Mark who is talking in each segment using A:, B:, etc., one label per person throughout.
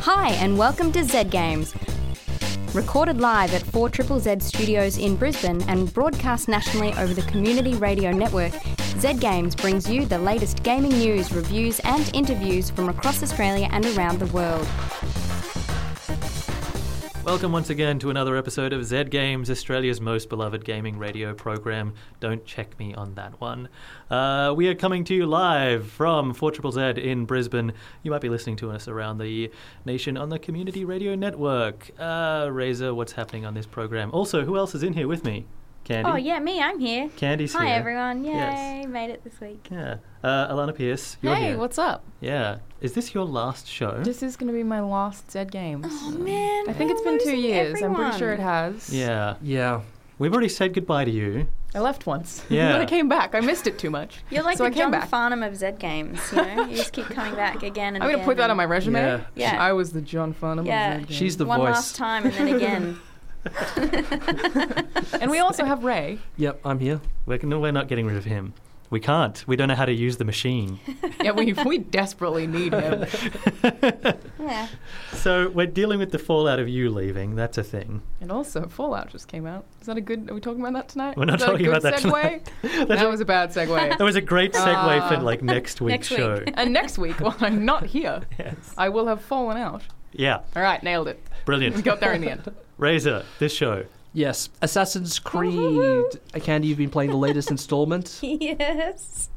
A: Hi, and welcome to Z Games. Recorded live at 4 Triple Z Studios in Brisbane and broadcast nationally over the Community Radio Network, Z Games brings you the latest gaming news, reviews, and interviews from across Australia and around the world.
B: Welcome once again to another episode of Z Games, Australia's most beloved gaming radio program. Don't check me on that one. Uh, we are coming to you live from 4ZZZ in Brisbane. You might be listening to us around the nation on the Community Radio Network. Uh, Razor, what's happening on this program? Also, who else is in here with me? Candy.
A: Oh, yeah, me, I'm here.
B: Candy's
A: Hi,
B: here.
A: everyone. Yay,
B: Yes.
A: made it this week.
B: Yeah. Uh, Alana Pierce, you're
C: hey,
B: here.
C: what's up?
B: Yeah. Is this your last show?
C: This is going to be my last Zed Games.
A: Oh, Man,
C: I think it's been two years. I'm pretty sure it has.
B: yeah.
D: Yeah.
B: We've already said goodbye to you.
C: I left once.
B: Yeah.
C: but I came back. I missed it too much.
A: You're like
C: so
A: the
C: I came
A: John
C: back.
A: Farnham of Z Games, you know? you just keep coming back again and
C: I'm going to
A: again
C: put that on
A: and-
C: my resume.
B: Yeah.
A: Yeah.
C: I was the John Farnham
A: Yeah.
C: of Zed Games.
D: She's the
A: one
D: voice.
A: last time and then again.
C: and we also have Ray.
D: Yep, I'm here.
B: We're, no, we're not getting rid of him. We can't. We don't know how to use the machine.
C: Yeah, we, we desperately need him.
A: yeah.
B: So we're dealing with the fallout of you leaving. That's a thing.
C: And also, Fallout just came out. Is that a good? Are we talking about that tonight?
B: We're not
C: Is that
B: talking
C: a
B: about
C: good
B: that
C: segue?
B: tonight. That
C: that was a bad segue.
B: was a great segue for
C: Ah.
B: like next week's
A: Next week.
B: show.
C: and next week, while I'm not here,
B: yes.
C: I will have fallen out.
B: Yeah.
C: All right, nailed it. We
B: Brilliant.
C: got there in the end.
B: Razor, this show.
D: Yes, Assassin's Creed. Uh, Candy, you've been playing the latest installment.
A: Yes.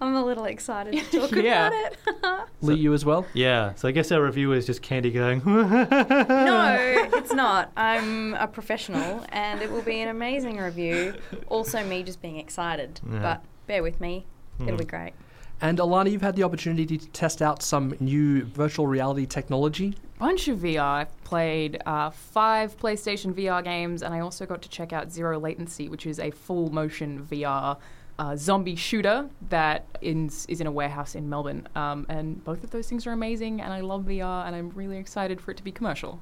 A: I'm a little excited to talk
C: Yeah.
A: about it.
D: Lee, you as well.
B: Yeah. So I guess our review is just Candy going.
A: no, it's not. I'm a professional and it will be an amazing review. Also, me just being excited.
B: Yeah.
A: But bear with me, it'll be great.
D: And Alana, you've had the opportunity to test out some new virtual reality technology.
C: bunch of VR. I've played uh, five PlayStation VR games, and I also got to check out Zero Latency, which is a full motion VR uh, zombie shooter that is, is in a warehouse in Melbourne. Um, and both of those things are amazing, and I love VR, and I'm really excited for it to be commercial.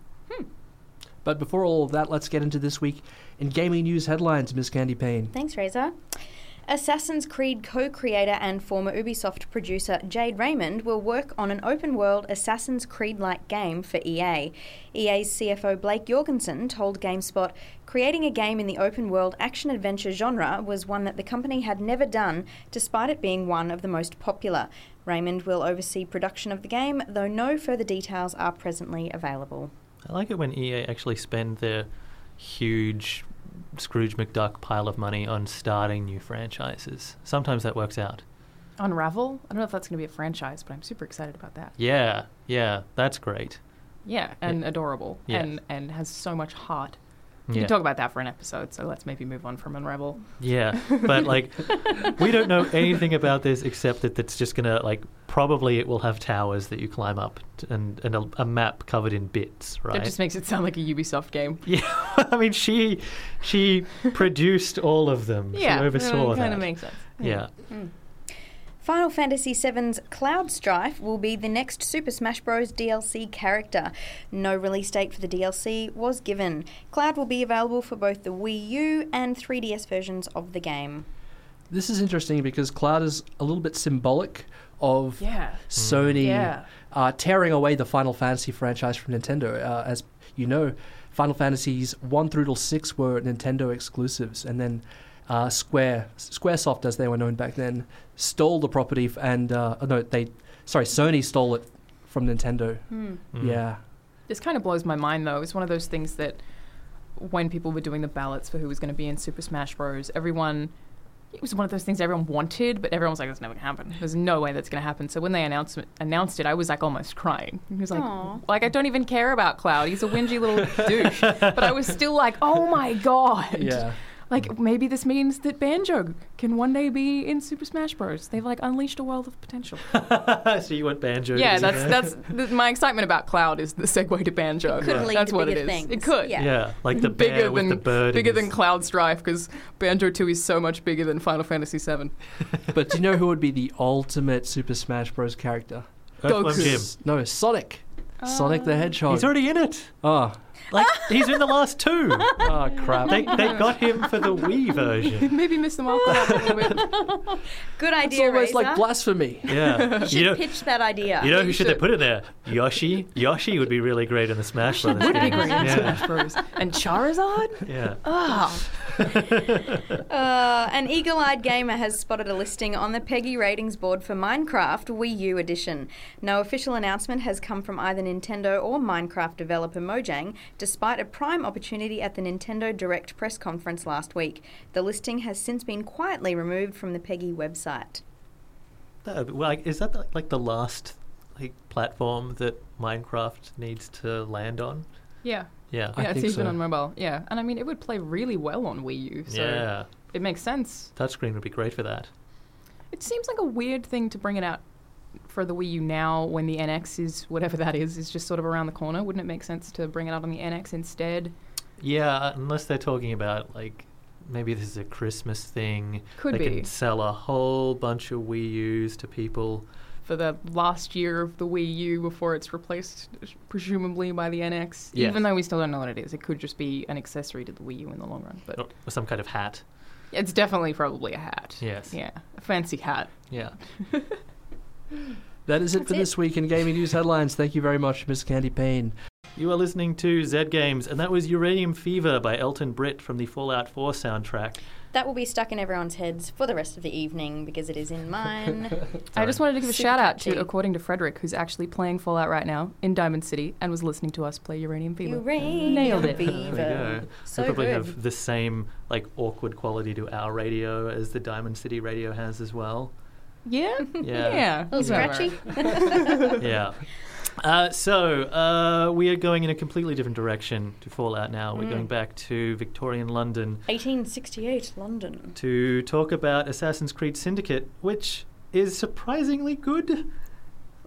D: But before all of that, let's get into this week in gaming news headlines, Miss Candy Payne.
A: Thanks, Razor. Assassin's Creed co creator and former Ubisoft producer Jade Raymond will work on an open world Assassin's Creed like game for E EA. EA's CFO Blake Jorgensen told GameSpot creating a game in the open world action adventure genre was one that the company had never done, despite it being one of the most popular. Raymond will oversee production of the game, though no further details are presently available.
B: I like it when EA actually spend their huge Scrooge McDuck pile of money on starting new franchises. Sometimes that works out.
C: Unravel? I don't know if that's going to be a franchise, but I'm super excited about that.
B: Yeah. Yeah. That's great.
C: Yeah, and adorable,
B: Yes.
C: and, and has so much heart. We
B: Yeah.
C: can talk about that for an episode, so let's maybe move on from Unravel.
B: Yeah, but like we don't know anything about this except that it's just gonna like probably it will have towers that you climb up t- and and a, a map covered in bits, right?
C: That just makes it sound like a Ubisoft game.
B: yeah, I mean she she produced all of them. she oversaw
C: kind
B: that.
C: of makes sense.
B: yeah,
A: Final Fantasy VII's Cloud Strife will be the next Super Smash Bros. DLC character. No release date for the DLC was given. Cloud will be available for both the Wii U and 3DS versions of the game.
D: This is interesting because Cloud is a little bit symbolic of
C: Yeah.
D: Sony
C: Yeah.
D: uh, tearing away the Final Fantasy franchise from Nintendo. Uh, as you know, Final Fantasies one through to six were Nintendo exclusives, and then uh, Square, SquareSoft, as they were known back then, stole the property f- and uh, no, they sorry, Sony stole it from Nintendo.
B: Mm-hmm. Mm.
D: Yeah,
C: This kind of blows my mind, though. It's one of those things that when people were doing the ballots for who was going to be in Super Smash Bros., everyone. It was one of those things everyone wanted, but everyone was like, "That's never gonna happen. There's no way that's gonna happen." So when they announced it, announced it, I was like almost crying. He was like,
A: Aw.
C: "Like I don't even care about Cloud. He's a whingy little douche." But I was still like, "Oh my god!"
D: yeah.
C: Like maybe this means that Banjo can one day be in Super Smash Bros. They've like unleashed a world of potential.
B: so you went banjo.
C: Yeah,
B: didn't
C: that's
B: you?
C: that's th- my excitement about Cloud is the segue to banjo.
A: It could lead
C: that's
A: to
C: what
A: bigger
C: it is.
A: things.
C: It could.
A: Yeah.
B: yeah, like the bear
C: Bigger
B: with
C: than
B: the bird.
C: bigger
B: in his-
C: than Cloud Strife because Banjo Two is so much bigger than Final Fantasy VII.
D: but do you know who would be the ultimate Super Smash Bros. character?
B: Earthworm
C: Goku.
B: Jim.
C: Oh.
D: S- No, Sonic. Sonic the Hedgehog.
B: He's already in it.
D: oh,
B: Like he's in the last two.
D: Oh crap!
B: They, they got him for the Wii version.
C: Maybe miss the mark a little bit.
A: Good
D: it's
A: idea,
D: almost like
A: Razor.
D: blasphemy.
B: Yeah.
A: Should
B: You know,
A: pitch that idea.
B: you know who
C: You
B: should they
C: should.
B: put in there? Yoshi. Yoshi would be really great in the Smash Brothers.
C: Would be
B: games.
C: great in
B: Yeah.
C: Smash Bros. And Charizard?
B: yeah.
C: Ah.
A: Uh, an eagle eyed gamer has spotted a listing on the Peggy ratings board for Minecraft Wii U Edition. No official announcement has come from either Nintendo or Minecraft developer Mojang, despite a prime opportunity at the Nintendo Direct press conference last week. The listing has since been quietly removed from the Peggy website.
B: That- well, like, is that the, like the last like platform that Minecraft needs to land on?
C: Yeah.
B: Yeah.
D: I
C: Yeah, it's
D: think
C: even
D: so.
C: on mobile. Yeah. And I mean, it would play really well on Wii U, so
B: yeah.
C: it makes sense.
B: Touchscreen would be great for that.
C: It seems like a weird thing to bring it out for the Wii U now when the NX is, whatever that is, is just sort of around the corner. Wouldn't it make sense to bring it out on the NX instead?
B: Yeah, uh, unless they're talking about like maybe this is a Christmas thing.
C: Could
B: they
C: be.
B: can sell a whole bunch of Wii U's to people.
C: for the last year of the Wii U before it's replaced, presumably by the NX.
B: Yes.
C: Even though we still don't know what it is, it could just be an accessory to the Wii U in the long run. But
B: Or some kind of hat.
C: it's definitely probably a hat.
B: Yes.
C: Yeah, a fancy hat.
B: Yeah.
D: That is it
A: That's
D: for
A: it.
D: this week in gaming news headlines. Thank you very much, Miss Candy Payne.
B: You are listening to Z Games, and that was Uranium Fever by Elton Britt from the Fallout 4 soundtrack.
A: That will be stuck in everyone's heads for the rest of the evening because it is in mine.
C: I just wanted to give a
A: Super
C: shout out to,
A: catchy.
C: according to Frederick, who's actually playing Fallout right now in Diamond City and was listening to us play Uranium Fever.
A: Uranium
C: Nailed it. There
B: There
A: Fever.
B: we go.
A: So
B: they probably
A: good.
B: have the same like awkward quality to our radio as the Diamond City radio has as well.
C: yeah?
B: Yeah.
C: Yeah.
A: A little
C: Whatever.
A: scratchy.
B: yeah. Uh, so uh, we are going in a completely different direction to Fallout now. We're
A: Mm.
B: going back to Victorian London
A: 1868 London.
B: to talk about Assassin's Creed Syndicate, which is surprisingly good.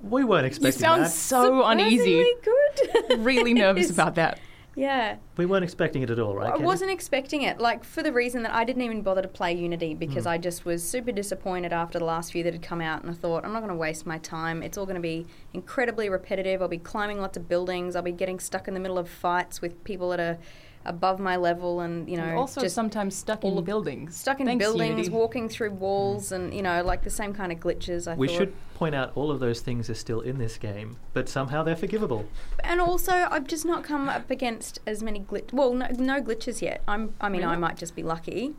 B: We weren't
C: You
B: expecting
C: sound
B: that.
C: so uneasy.
A: Surprisingly Good.
C: Really nervous
A: It's-
C: about that.
A: Yeah.
B: we weren't expecting it at all, right?
A: I
B: Kenny?
A: wasn't expecting it, like for the reason that I didn't even bother to play Unity because
B: Hmm.
A: I just was super disappointed after the last few that had come out, and I thought I'm not going to waste my time. It's all going to be incredibly repetitive. I'll be climbing lots of buildings. I'll be getting stuck in the middle of fights with people that are above my level, and you know,
C: And also
A: just
C: sometimes stuck
A: all
C: in
A: of-
C: buildings.
A: stuck in
C: Thanks,
A: buildings,
C: Unity.
A: walking through walls, and you know, like the same kind of glitches. I
B: Hmm. We
A: thought.
B: should point out all of those things are still in this game, but somehow they're forgivable.
A: And also, I've just not come up against as many glitch. Well, no, no glitches yet. I'm. I mean, I
C: Really?
A: might just be lucky.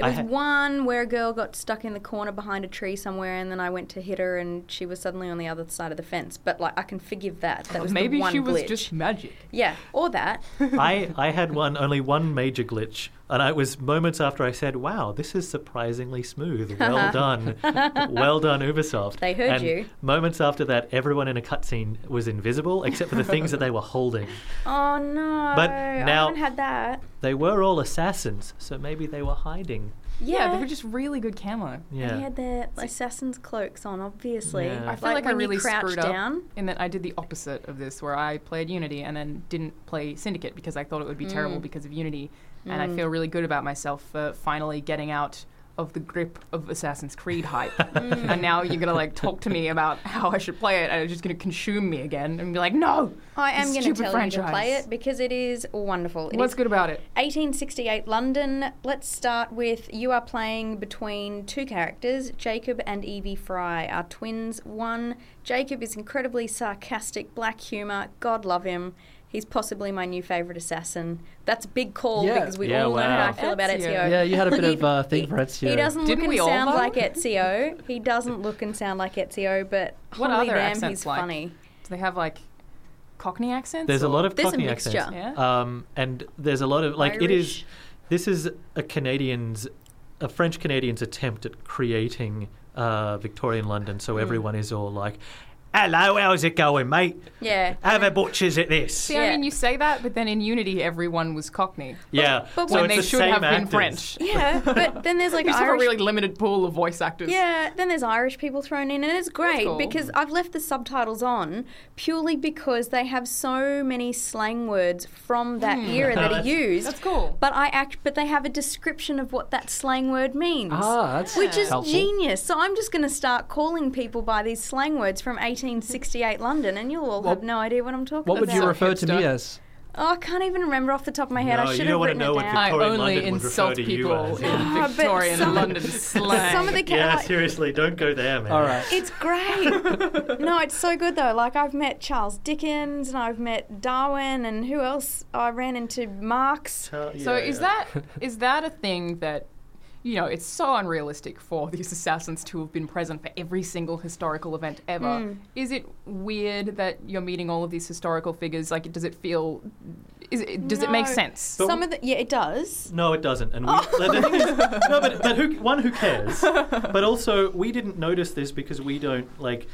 B: I
A: There was
B: ha-
A: one where a girl got stuck in the corner behind a tree somewhere, and then I went to hit her, and she was suddenly on the other side of the fence. But like, I can forgive that. That was the
C: Maybe
A: one
C: she was
A: glitch.
C: just magic.
A: yeah, or that.
B: I, I had one only one major glitch, and it was moments after I said, "Wow, this is surprisingly smooth. Well done, well done, Ubisoft."
A: They heard
B: And
A: you.
B: Moments after that, everyone in a cutscene was invisible except for the things that they were holding.
A: Oh no!
B: But
A: I
B: now-
A: haven't had that.
B: They were all assassins, so maybe they were hiding.
A: Yeah,
C: Yeah, they were just really good camo.
A: And They
B: Yeah,
A: had their assassins' cloaks on, obviously.
B: Yeah.
C: I feel like, I
A: when
C: really
A: you crouch
C: screwed
A: down.
C: up in that I did the opposite of this, where I played Unity and then didn't play Syndicate because I thought it would be terrible
A: Mm.
C: because of Unity, and I feel really good about myself for finally getting out of the grip of Assassin's Creed hype.
A: Mm.
C: And now you're gonna like talk to me about how I should play it, and it's just gonna consume me again and be like, no.
A: I am going
C: Stupid
A: to tell you to play
C: franchise.
A: it because it is wonderful. It is
C: What's good about it?
A: 1868 London. Let's start with you are playing between two characters. Jacob and Evie Fry are twins. One, Jacob is incredibly sarcastic, black humour. God love him. He's possibly my new favourite assassin. That's a big call
D: Yeah.
A: because we
B: Yeah,
A: all know how I
B: wow.
A: feel about
C: Ezio.
A: Ezio.
D: Yeah, you had a bit
A: He-
D: of uh, thing for Ezio.
A: He doesn't
C: Didn't
A: look
C: we
A: and
C: all,
A: sound
C: though?
A: like Ezio. He doesn't look and sound like Ezio, but
C: What
A: holy
C: are their
A: damn,
C: accents
A: he's
C: like?
A: funny.
C: Do they have like Cockney accents?
B: there's a
C: or-
B: lot of
A: There's a
B: Cockney
A: mixture.
B: accents,
C: Yeah.
B: um, and there's a lot of like it is.
A: Irish.
B: This is a Canadian's, a French Canadian's attempt at creating uh, Victorian London,
C: Hmm.
B: so everyone is all like, "Hello, how's it going, mate?
A: Yeah.
B: Have a butchers at this."
C: See,
A: Yeah.
C: I mean, you say that, but then in Unity, everyone was Cockney.
B: Yeah,
A: but
B: so
A: when
B: it's
C: they
B: the
C: should
B: same
C: have been
B: actors.
C: French.
A: Yeah, but then there's like
C: you just have a
A: Irish
C: really limited pool of voice actors.
A: Yeah, then there's Irish people thrown in, and it's great
C: cool.
A: because I've left the subtitles on purely because they have so many slang words from that era that are
B: That's-
A: used.
C: That's cool.
A: But I act, but they have a description of what that slang word means.
D: Ah, that's
A: Which is
D: helpful.
A: genius. So I'm just going to start calling people by these slang words from 1868 London, and you'll all
D: What-
A: have no idea what I'm talking
D: What would
A: about.
D: you
C: so
D: refer to me
C: hipster.
D: as?
A: Oh, I can't even remember off the top of my head.
B: No,
A: I
B: you
A: should have
B: don't wanna
A: written
B: know
A: it
B: what
A: down.
B: the-
C: I
B: Victorian
C: only
B: London would
C: insult
B: refer to you
C: people
B: as-
C: in
A: Ah, but
C: Victorian
A: some-
C: London slang.
A: Some of the ca-
B: yeah,
A: like-
B: seriously, don't go there, man.
D: All right.
A: It's great. no, it's so good though. Like I've met Charles Dickens and I've met Darwin and who else? I ran into Marx.
B: So,
C: So
B: yeah,
C: is
B: yeah.
C: that is that a thing that you know it's so unrealistic for these assassins to have been present for every single historical event ever?
A: Mm.
C: Is it weird that you're meeting all of these historical figars? Like, does it feel? Is it, does it make
A: No.
C: sense?
B: But
A: Some of the yeah, it does.
B: No, it doesn't. And we,
C: Oh.
B: the thing is, no, but, but who, one who cares? But also, we didn't notice this because we don't like.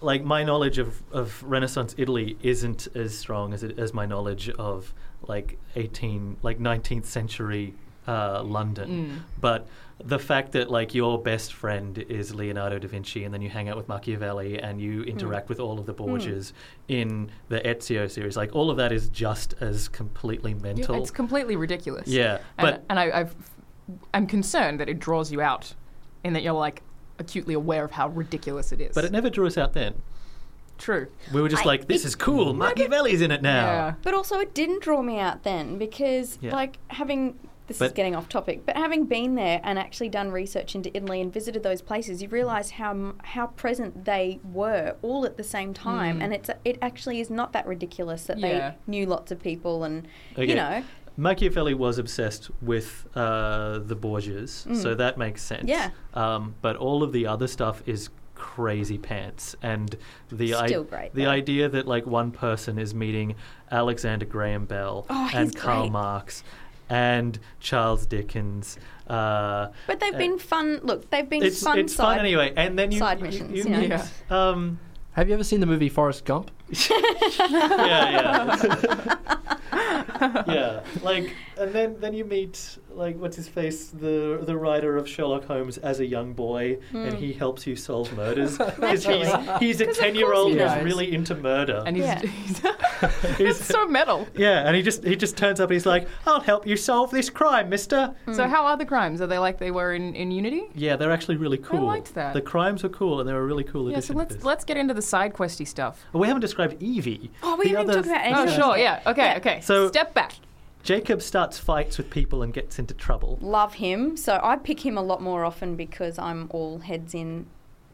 B: Like my knowledge of, of Renaissance Italy isn't as strong as it, as my knowledge of like eighteen like nineteenth century uh,
C: Mm. Hmm.
B: London. But the fact that like your best friend is Leonardo da Vinci, and then you hang out with Machiavelli, and you
C: Mm.
B: interact with all of the Borgias in the Ezio series, like all of that is just as completely mental.
C: It's completely ridiculous.
B: yeah,
C: and,
B: but
C: and I, I've, I'm concerned that it draws you out, and that you're like acutely aware of how ridiculous it is.
B: But it never drew us out then.
C: true.
B: We were just
A: I-
B: like, this is cool. Machiavelli's in it now.
C: Yeah.
A: But also, it didn't draw me out then because,
B: Yeah.
A: like, having this is
B: But-
A: getting off topic, but having been there and actually done research into Italy and visited those places, you realise how m- how present they were all at the same time,
B: Hmm.
C: Mm.
A: and it's it actually is not that ridiculous that
C: Yeah.
A: they knew lots of people and
B: Okay.
A: you know
B: Machiavelli was obsessed with uh, the Borgias, so
A: Mm.
B: that makes sense.
A: Yeah.
B: Um, but all of the other stuff is crazy pants, and the i-
A: Still great,
B: the
A: though.
B: idea that like one person is meeting Alexander Graham Bell
A: Oh, he's
B: and Karl
A: great.
B: Marx and Charles Dickens. Uh,
A: But they've
B: Uh,
A: been fun. Look, they've been
B: it's
A: fun.
B: it's fun
A: side,
B: anyway, and then you
A: side
B: you-
A: missions.
B: you
A: You, know?
B: meet,
C: Yeah.
B: um,
D: Have you ever seen the movie Forrest Gump?
B: yeah, yeah. yeah, like, and then then you meet like what's his face, the the writer of Sherlock Holmes as a young boy,
C: Hmm.
B: and he helps you solve murders because he's he's a
C: course he
B: ten year old who's
C: knows.
B: really into murder.
C: And he's,
A: Yeah.
C: he's
B: He's-
C: that's so metal.
B: yeah, and he just he just turns up and he's like, "I'll help you solve this crime, Mister."
A: Hmm.
C: So how are the crimes? Are they like they were in, in Unity?
B: Yeah, they're actually really cool.
C: liked that.
B: The crimes were cool, and they were a really cool
C: Yeah, so
B: addition.
C: let's
B: to this.
C: let's get into the side questy stuff.
B: we haven't described Evie.
A: Oh, we
B: The
A: haven't
B: other-
A: talked about any
C: Oh
A: of
C: sure,
A: that.
C: yeah. Okay,
A: Yeah.
C: okay.
B: So-
C: step back.
B: Jacob starts fights with people and gets into trouble.
A: Love him. So I pick him a lot more often because I'm all heads in,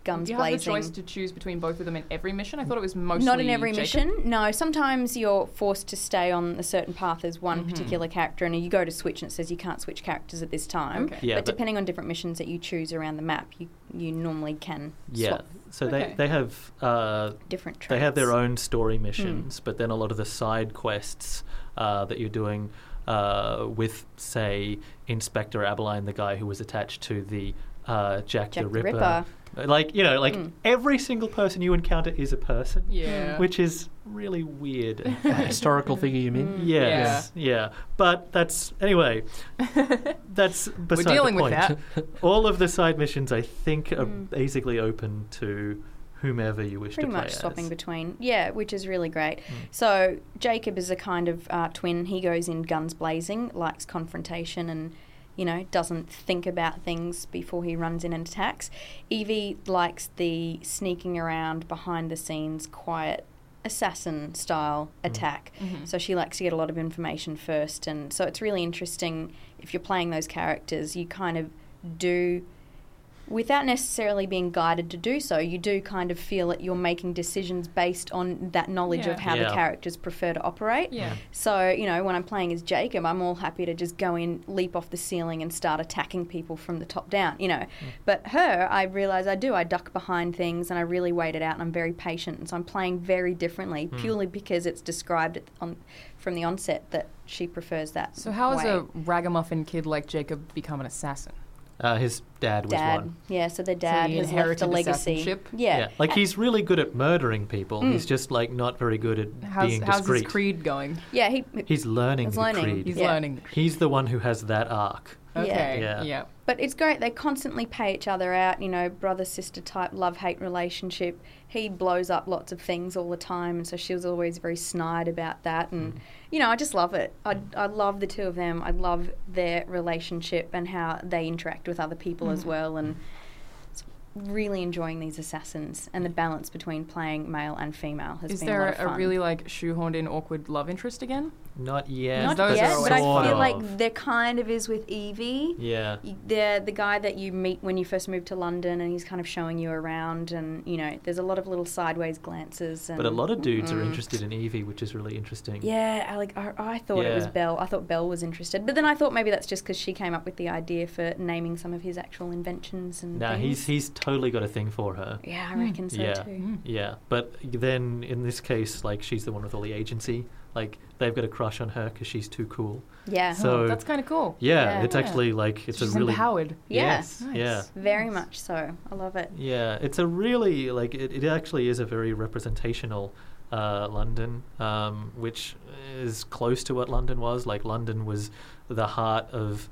A: guns
C: Do you have the
A: blazing.
C: choice to choose between both of them in every mission? I thought it was mostly
A: Not in every
C: Jacob.
A: mission. No, sometimes you're forced to stay on a certain path as one
C: Mm-hmm.
A: particular character, and you go to switch, and it says you can't switch characters at this time.
C: Okay.
B: Yeah,
A: but,
B: but-
A: depending on different missions that you choose around the map, you you normally can
B: Yeah,
A: swap
B: so
C: Okay. Hmm.
B: they they have. Uh,
A: different traits.
B: They have their own story missions, but then a lot of the side quests uh, that you're doing uh, with, say, Inspector Abeline, the guy who was attached to the uh, Jack,
A: Jack
B: the
A: the
B: Ripper.
A: Ripper.
B: Like, you know, like
A: Mm.
B: every single person you encounter is a person,
C: Hmm. Yeah.
B: which is really weird. and
D: A
B: bad.
D: historical figure, you mean?
B: Yes. Yeah. But that's anyway. that's beside
C: We're dealing
B: the
C: with
B: point.
C: that.
B: All of the side missions, I think, are basically open to whomever you wish
A: Hmm. pretty
B: to play
A: much swapping
B: as. Hmm.
A: between yeah which is really great so jacob is a kind of uh, twin he goes in guns blazing likes confrontation and you know doesn't think about things before he runs in and attacks evie likes the sneaking around behind the scenes quiet assassin style attack so she likes to get a lot of information first and so it's really interesting if you're playing those characters you kind of do without necessarily being guided to do so, you do kind of feel that you're making decisions based on that knowledge of
C: Yeah.
A: how
B: Yeah.
A: the characters prefer to operate.
C: Yeah.
B: Hmm.
A: So, you know, when I'm playing as Jacob, I'm all happy to just go in, leap off the ceiling, and start attacking people from the top down, you know.
C: Mm.
A: But her, I realise I do. I duck behind things and I really wait it out and I'm very patient. And so I'm playing very differently
B: Hmm.
A: purely because it's described at- on, from the onset that she prefers that.
C: So how is
A: way.
C: a ragamuffin kid like Jacob become an assassin?
B: Uh, his dad was
A: dad?
B: one.
A: Yeah, so their dad
C: he
A: has left
C: inherited
A: a legacy.
C: assassinship?
B: Yeah,
A: Uh,
B: like he's really good at murdering people.
A: hmm.
B: He's just like not very good at
C: How's
B: being
C: how's
B: discreet.
C: his creed going?
A: Yeah, he.
B: He's learning
A: He's
B: the
A: learning.
B: creed.
C: He's
B: He's,
A: Yeah.
C: learning the creed.
B: the one who has that arc.
A: Yeah.
C: Okay.
B: Yeah.
C: yeah.
A: But it's great. They constantly pay each other out. You know, brother sister type love hate relationship. He blows up lots of things all the time, and so she was always very snide about that.
B: Hmm.
A: And you know, I just love it. I, I love the two of them. I
B: Hmm.
A: love their relationship and how they interact with other people as well. And it's really enjoying these assassins and the balance between playing male and female has
C: Is
A: been a lot
C: there
A: of
C: a,
A: fun.
C: really like shoehorned in awkward love interest again?
B: Not yet.
C: Not
B: but
C: those
A: yeah,
C: are
A: but I
B: sort
A: feel
B: of.
A: like there kind of is with Evie.
B: Yeah.
A: Y- The the guy that you meet when you first move to London, and he's kind of showing you around, and you know, there's a lot of little sideways glances. And
B: But a lot of dudes are
A: Mm.
B: interested in Evie, which is really interesting.
A: Yeah, I, like I, I thought it was
B: Yeah.
A: Belle. I thought Belle was interested, but then I thought maybe that's just because she came up with the idea for naming some of his actual inventions and.
B: Now he's
A: things.
B: he's totally got a thing for her.
A: Yeah, I
C: Mm.
A: reckon so
B: Yeah.
A: too.
B: Yeah, but then in this case, like she's the one with all the agency. Like they've got a crush on her because she's too cool.
A: Yeah,
B: So-
C: Oh, that's kind of cool.
B: Yeah,
A: Yeah.
B: it's actually like it's
C: She's
B: a really
C: empowered.
A: Yeah.
B: Yes,
C: Nice.
B: yeah.
A: very
C: Nice.
A: much so. I love it.
B: Yeah, it's a really like it, it actually is a very representational uh, London, um, which is close to what London was. Like London was the heart of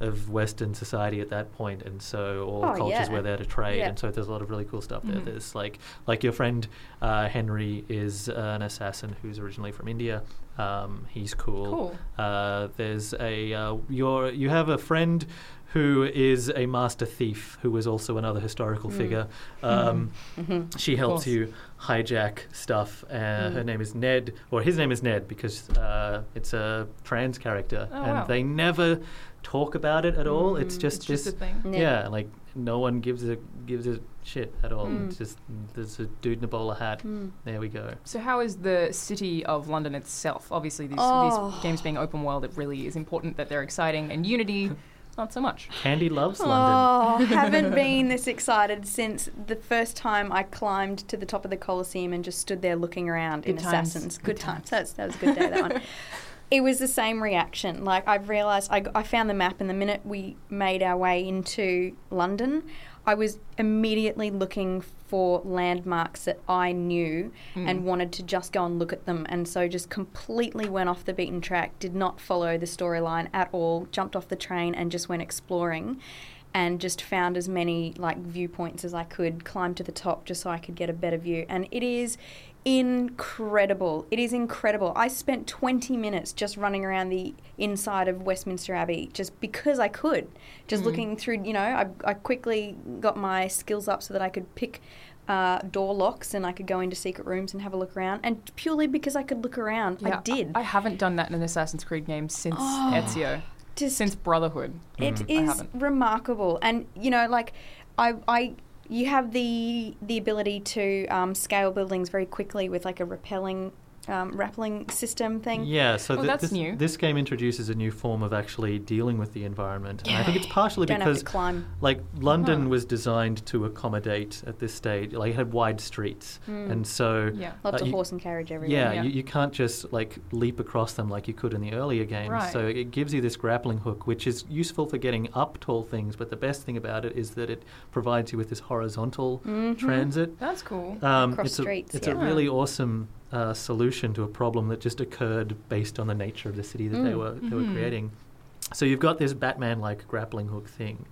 B: of Western society at that point, and so all
A: Oh,
B: cultures
A: yeah.
B: were there to trade,
A: Yeah. Mm-hmm.
B: and so there's a lot of really cool stuff there.
C: Mhm.
B: There's like like your friend uh, Henry is an assassin who's originally from India. Um, he's
C: Cool.
B: uh, there's a uh, your you have a friend who is a master thief who is also another historical
A: Mm.
B: figure. Um,
A: Mhm.
B: She helps
C: Hmm. course. Hmm.
B: you hijack stuff. Uh, Her
A: Mm.
B: name is Ned, or his name is Ned because uh, it's a trans character,
C: Oh,
B: and
C: wow. Hmm.
B: they never talk about it at all. It's
A: Mm.
B: just
C: It's
B: this
C: just a thing.
A: Ned.
B: yeah, like no one gives a gives a shit at all.
C: Hmm.
A: Mm.
B: It's just there's a dude in a bowler hat.
A: Mm.
B: There we go.
C: So, how is the city of London itself? Obviously, these,
A: Oh.
C: these games being open world, it really is important that they're exciting, and Unity, not so much.
B: Candy loves London.
A: Oh, haven't been this excited since the first time I climbed to the top of the Colosseum and just stood there looking around in
C: Good times.
A: Assassins. Good,
C: Good
A: times.
C: times.
A: That's, that was a good day, that one. It was the same reaction. Like, I've realised, I, I found the map, and the minute we made our way into London, I was immediately looking for landmarks that I knew
C: Mm.
A: and wanted to just go and look at them. And so just completely went off the beaten track, did not follow the storyline at all, jumped off the train and just went exploring and just found as many like viewpoints as I could, climbed to the top just so I could get a better view. And it is incredible. It is incredible. I spent 20 minutes just running around the inside of Westminster Abbey just because I could. Just looking through, you know, I, I quickly got my skills up so that I could pick uh, door locks and I could go into secret rooms and have a look around. And purely because I could look around,
C: Yeah,
A: I did.
C: I haven't done that in an Assassin's Creed game since
A: Oh.
C: Ezio,
A: just
C: since Brotherhood.
A: It
B: Mm.
C: I
A: is
C: haven't.
A: remarkable, and you know, like I, I, you have the the ability to um, scale buildings very quickly with like a rappelling, um, rappelling system thing.
B: Yeah, so
C: Well,
B: thi-
C: Oh, that's
B: this,
C: new.
B: this game introduces a new form of actually dealing with the environment. And I think it's
A: Yeah.
B: partially
A: Don't have
B: because
A: to climb.
B: like London
C: Huh.
B: was designed to accommodate at this stage, like it had wide streets.
A: Mm.
B: And so
C: Hmm. Yeah.
B: uh,
A: Lots of
B: you-
A: horse and carriage
B: yeah,
A: everywhere.
C: Yeah.
B: You, you can't just like leap across them like you could in the earlier games.
C: Right.
B: So it gives you this grappling hook, which is useful for getting up tall things. But the best thing about it is that it provides you with this horizontal
C: Mm-hmm.
A: Mhm.
B: transit.
C: That's cool.
B: Um,
A: Across
B: it's
A: streets,
B: a, it's a
A: yeah.
B: really awesome uh, solution to a problem that just occurred based on the nature of the city that they
A: Mm.
B: were they were
C: Mhm.
B: creating. So you've got this Batman-like grappling hook thing,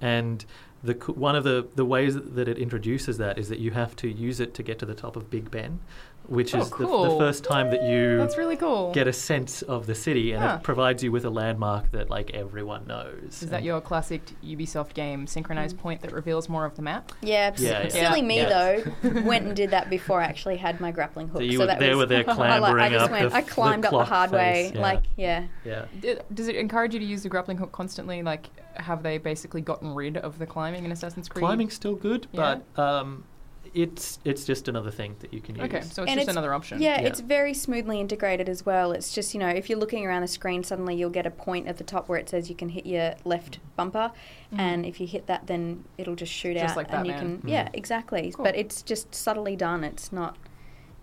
B: and the co- one of the the ways that it introduces that is that you have to use it to get to the top of Big Ben, which
C: Oh,
B: is the, the
C: cool.
B: first time that you
C: That's really cool.
B: get a sense of the city, and
C: Huh.
B: it provides you with a landmark that like everyone knows.
C: Is that
B: And-
C: your classic Ubisoft game, synchronized point that reveals more of the map?
A: Mm. Yeah, s-
B: Yeah, yeah.
A: silly
C: Yeah.
A: me
B: Yeah.
A: though. went and did that before I actually had my grappling hook.
B: So you were-
A: that
B: they
A: was,
B: were there
A: I, like, I
B: clambering
A: just
B: up
A: went.
B: the
A: I
B: f- the
A: climbed up the
B: clock
A: hard way.
B: face, yeah.
A: Like yeah.
B: yeah.
C: D- Does it encourage you to use the grappling hook constantly? Like, have they basically gotten rid of the climbing in Assassin's Creed?
B: Climbing's still good,
C: Yeah.
B: but um, it's it's just another thing that you can use.
C: Okay, so it's
A: And
C: just
A: it's-
C: another option.
A: Yeah,
B: Yeah.
A: it's very smoothly integrated as well. It's just, you know, if you're looking around the screen, suddenly you'll get a point at the top where it says you can hit your left bumper.
C: Mhm.
A: And if you hit that, then it'll just shoot
C: Just
A: out.
C: like
A: and you can,
C: Batman.
A: Yeah,
B: Mhm.
A: exactly.
C: Cool.
A: But it's just subtly done. It's not,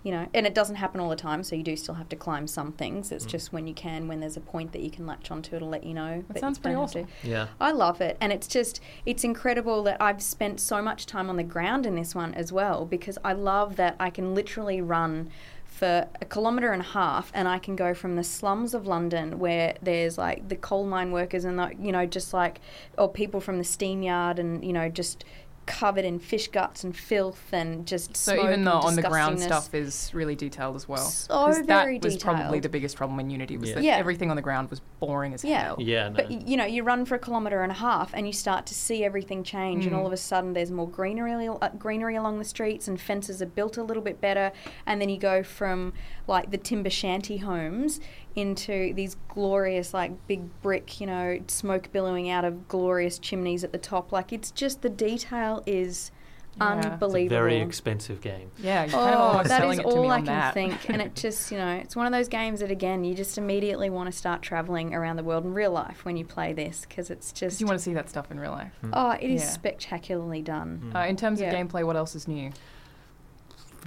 A: you know, and it doesn't happen all the time. So you do still have to climb some things. It's
B: Mm.
A: just when you can, when there's a point that you can latch onto, it'll let you know. but
C: That
A: you
C: sounds pretty
A: don't have to.
C: awesome.
B: yeah.
A: I love it, and it's just it's incredible that I've spent so much time on the ground in this one as well because I love that I can literally run for a kilometre and a half and I can go from the slums of London where there's like the coal mine workers and like you know just like or people from the steam yard and you know just covered in fish guts and filth and just
C: So
A: smoke
C: even the
A: and
C: on the ground
A: disgustingness.
C: stuff is really detailed as well.
A: So
C: 'Cause
A: very
C: that was probably
A: detailed.
C: the biggest problem in Unity was
B: Yeah.
C: that
A: Yeah.
C: everything on the ground was boring as
A: Yeah.
C: hell.
B: Yeah, no.
A: But y- you know, you run for a kilometre and a half, and you start to see everything change, and
C: Mm.
A: all of a sudden there's more greenery al- uh, greenery along the streets, and fences are built a little bit better, and then you go from like the timber shanty homes into these glorious like big brick, you know, smoke billowing out of glorious chimneys at the top. Like it's just the detail
C: Yeah. It's
A: is
C: a
B: It's a
A: unbelievable.
B: very expensive game.
C: Yeah, you kind of
A: Oh,
C: almost
A: that
C: selling
A: is
C: it to me
A: all I
C: on
A: can
C: that.
A: think. And it just, you know, it's one of those games that, again, you just immediately want to start traveling around the world in real life when you play this because it's just.
C: you want to see that stuff in real life.
A: oh, it is
C: Yeah.
A: spectacularly done.
B: Mm.
C: Uh, in terms
A: Yeah.
C: of gameplay, what else is new?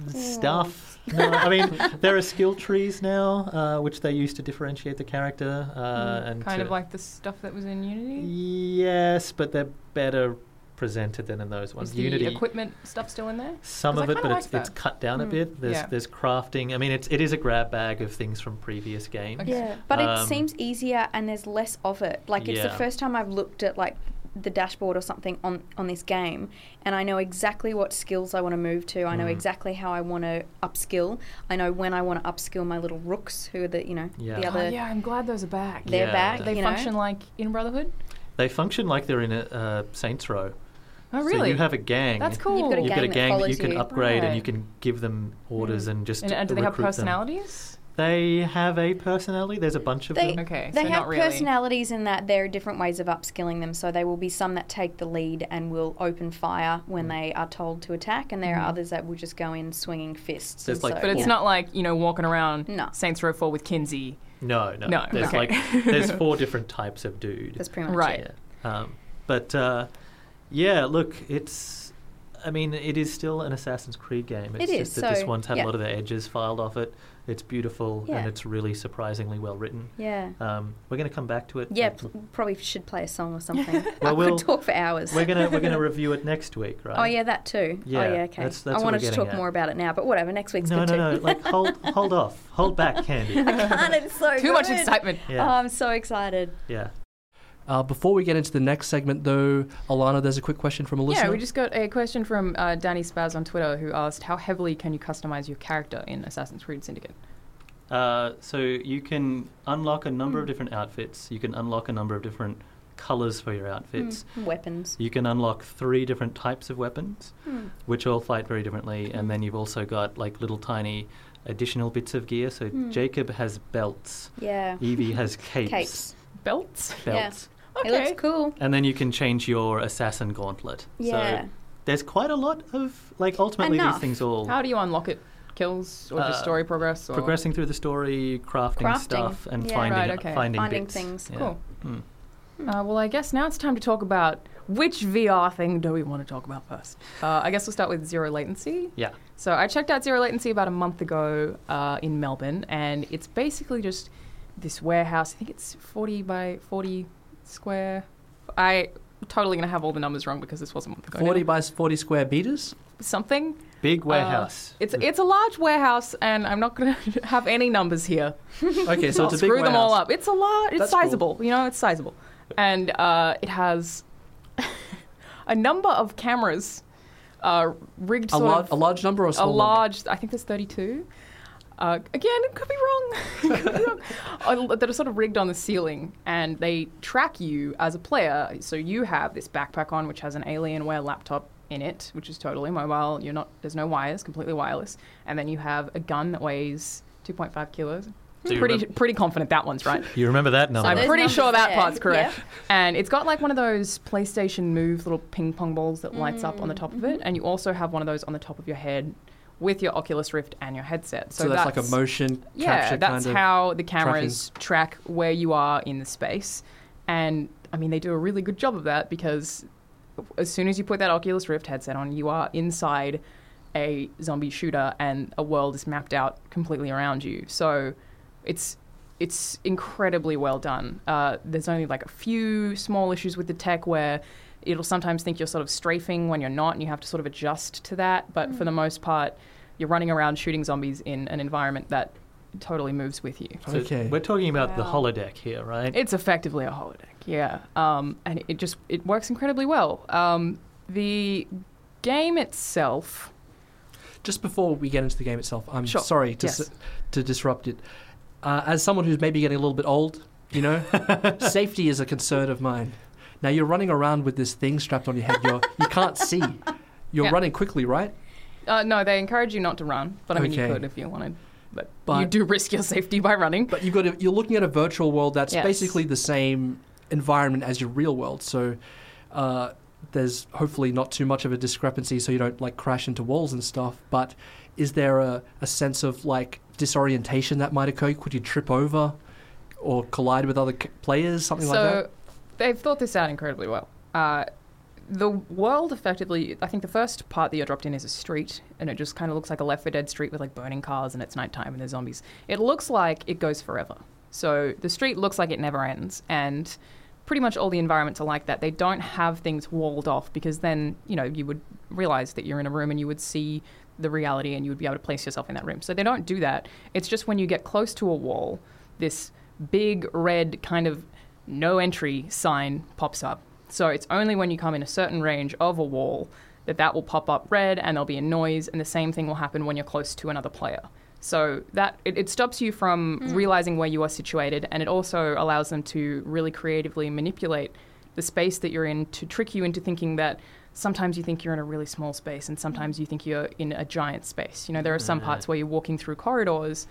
B: stuff. No, I mean, there are skill trees now, uh, which they use to differentiate the character. Uh,
C: Mm,
B: and
C: kind
B: to-
C: of like the stuff that was in Unity.
B: Yes, but they're better presented than in those ones.
C: Is the
B: Unity.
C: equipment stuff still in there?
B: some
C: 'Cause
B: of
C: I
B: it, but
C: kinda
B: it's,
C: like
B: it's
C: that.
B: cut down a
A: Mm.
B: bit. There's
C: Yeah.
B: there's crafting. I mean, it's it is a grab bag of things from previous games.
C: Okay.
A: Yeah, but
B: Um,
A: it seems easier and there's less of it. Like, it's
B: Yeah.
A: the first time I've looked at, like, the dashboard or something on, on this game, and I know exactly what skills I want to move to. I know
B: Mm.
A: exactly how I want to upskill. I know when I want to upskill my little rooks, who are the you know
B: Yeah.
A: the
B: Oh,
A: other.
C: oh, yeah, I'm glad those are back.
A: They're
B: Yeah.
A: back.
C: They
A: you know?
C: function like in Brotherhood.
B: They function like they're in a uh, Saints Row.
C: Oh,
B: So
C: really?
B: you have a gang.
C: That's cool.
A: You've got a
B: You've
A: gang
B: got a
A: that
B: gang that
A: follows
B: you can
A: you.
B: upgrade, and
C: Right.
B: you can give them orders
C: Mm.
B: and just.
C: And, and do they have
B: recruit them.
C: personalities?
B: They have a personality. There's a bunch of
A: They-
B: them.
C: Okay,
A: They
C: so
A: have
C: not really.
A: personalities in that there are different ways of upskilling them. So there will be some that take the lead and will open fire when
B: Mm.
A: they are told to attack, and there
C: Mhm.
A: are others that will just go in swinging fists.
B: There's
A: and
B: like
A: so-
C: But it's
B: Yeah.
C: not like you know walking around
A: No.
C: Saints Row Four with Kinsey.
B: No, no.
C: No,
B: There's
C: okay.
B: like there's four different types of dude.
A: That's pretty much
C: Right.
A: it.
B: Yeah. Um, but uh, yeah, look, it's. I mean, it is still an Assassin's Creed game. It's
A: It
B: just
A: is,
B: that this
A: so,
B: one's had a
A: yeah.
B: lot of the edges filed off it. It's beautiful
A: Yeah.
B: and it's really surprisingly well written.
A: Yeah.
B: Um, we're going to come back to it.
A: Yeah,
B: but
A: pl- probably should play a song or something. I
B: Well, we'll-
A: could talk for hours.
B: we're gonna we're gonna review it next week, right?
A: Oh yeah, that too.
B: Yeah,
A: oh yeah, okay.
B: that's- that's
A: I
B: what
A: wanted
B: we're
A: to
B: getting
A: talk
B: at.
A: more about it now, but whatever. Next week's
B: No,
A: good
B: no,
A: too.
B: no. Like hold hold off, hold back, Candy.
A: I can't. It's so
C: Too much
A: good.
C: excitement.
B: Yeah.
A: Oh, I'm so excited.
B: yeah.
D: Uh, before we get into the next segment, though, Alana, there's a quick question from a listener.
C: Yeah, we just got a question from uh, Danny Spaz on Twitter who asked, "How heavily can you customize your character in Assassin's Creed Syndicate?"
B: Uh, so you can unlock a number of
A: Mm.
B: different outfits. You can unlock a number of different colors for your outfits.
A: Mm, Weapons.
B: You can unlock three different types of weapons,
A: Mm.
B: which all fight very differently. And
A: Mm.
B: then you've also got like little tiny additional bits of gear. So
A: Mm.
B: Jacob has belts.
A: Yeah.
B: Evie has capes.
A: Capes.
C: Belts.
A: Yeah.
B: Belts.
C: Okay.
A: It looks cool.
B: And then you can change your assassin gauntlet.
A: Yeah.
B: So there's quite a lot of like ultimately these
A: Enough.
B: things all
C: How do you unlock it? Kills or
B: Uh,
C: just story progress? Or?
B: progressing through the story, crafting,
A: Crafting.
B: stuff, and
A: Yeah.
B: finding
C: Right, okay.
B: finding,
A: Finding
B: bits.
A: things.
B: Yeah.
C: Cool.
B: Mm.
C: Uh, well, I guess now it's time to talk about which VR thing do we want to talk about first. Uh, I guess we'll start with zero latency.
B: Yeah.
C: So I checked out Zero Latency about a month ago uh, in Melbourne, and it's basically just this warehouse. I think it's 40 by 40 square. I totally gonna have all the numbers wrong because this was a month ago.
D: 40 by 40 square meters.
C: something.
B: Big warehouse.
C: It's it's a large warehouse, and I'm not gonna have any numbers here.
D: Okay, so it's a big
C: screw them all
D: warehouse.
C: up. It's a lot. It's
D: That's cool.
C: sizable. You know, it's sizable, and uh, it has a number of cameras uh, rigged
D: A,
C: sort
D: lar-
C: of
D: a large number or a
C: a
D: small number?
C: large. I think there's 32. Uh, again, could be wrong. could be wrong. Uh, that are sort of rigged on the ceiling, and they track you as a player. So you have this backpack on, which has an Alienware laptop in it, which is totally mobile. You're not. There's no wires. Completely wireless. And then you have a gun that weighs 2.5 kilos.
B: Do you
C: pretty
B: remem-
C: pretty confident that one's right.
B: You remember that number?
C: I'm
A: Those
C: pretty sure
A: numbers
C: that
A: there.
C: part's correct. And it's got like one of those PlayStation Move little ping pong balls that lights up
A: Mm,
C: on the top of it,
A: mm-hmm.
C: and you also have one of those on the top of your head with your Oculus Rift and your headset.
D: So,
C: So,
D: that's, like a motion
C: Yeah,
D: capture
C: that's
D: kind of.
C: how the cameras track where you are in the space, and I mean they do a really good job of that because as soon as you put that Oculus Rift headset on, you are inside a zombie shooter, and a world is mapped out completely around you. So it's it's incredibly well done. Uh, there's only like a few small issues with the tech where it'll sometimes think you're sort of strafing when you're not, and you have to sort of adjust to that. But for the most part, you're running around shooting zombies in an environment that totally moves with you.
B: So
D: Okay.
B: We're talking about the
A: Wow.
B: holodeck here, right?
C: It's effectively a holodeck, yeah. Um, and it just it works incredibly well. Um, the game itself.
D: Just before we get into the game itself, I'm
C: Sure.
D: sorry to
C: Yes.
D: s- to disrupt it. Uh, as someone who's maybe getting a little bit old, you know, safety is a concern of mine. Now you're running around with this thing strapped on your head. You're you can't see. You're
C: Yeah.
D: running quickly, right?
C: Uh, no, they encourage you not to run, but I mean,
D: Okay.
C: you could if you wanted. But, you
D: But-
C: do risk your safety by running.
D: But you've got a, you're looking at a virtual world that's
C: Yes.
D: basically the same environment as your real world. So uh, there's hopefully not too much of a discrepancy, so you don't like crash into walls and stuff. But is there a, a sense of like disorientation that might occur? Could you trip over or collide with other c- players, something
C: so
D: like that?
C: they've thought this out incredibly well. Uh, the world effectively, I think the first part that you're dropped in is a street, and it just kind of looks like a Left 4 Dead street with like burning cars, and it's nighttime and there's zombies. It looks like it goes forever. So the street looks like it never ends, and pretty much all the environments are like that. They don't have things walled off because then you know you would realize that you're in a room and you would see the reality and you would be able to place yourself in that room. So they don't do that. It's just when you get close to a wall, this big red kind of no entry sign pops up. So it's only when you come in a certain range of a wall that that will pop up red and there'll be a noise and the same thing will happen when you're close to another player. So that it, it stops you from realizing where you are situated and it also allows them to really creatively manipulate the space that you're in to trick you into thinking that sometimes you think you're in a really small space and sometimes you think you're in a giant space. You know, there are some
B: Right.
C: parts where you're walking through corridors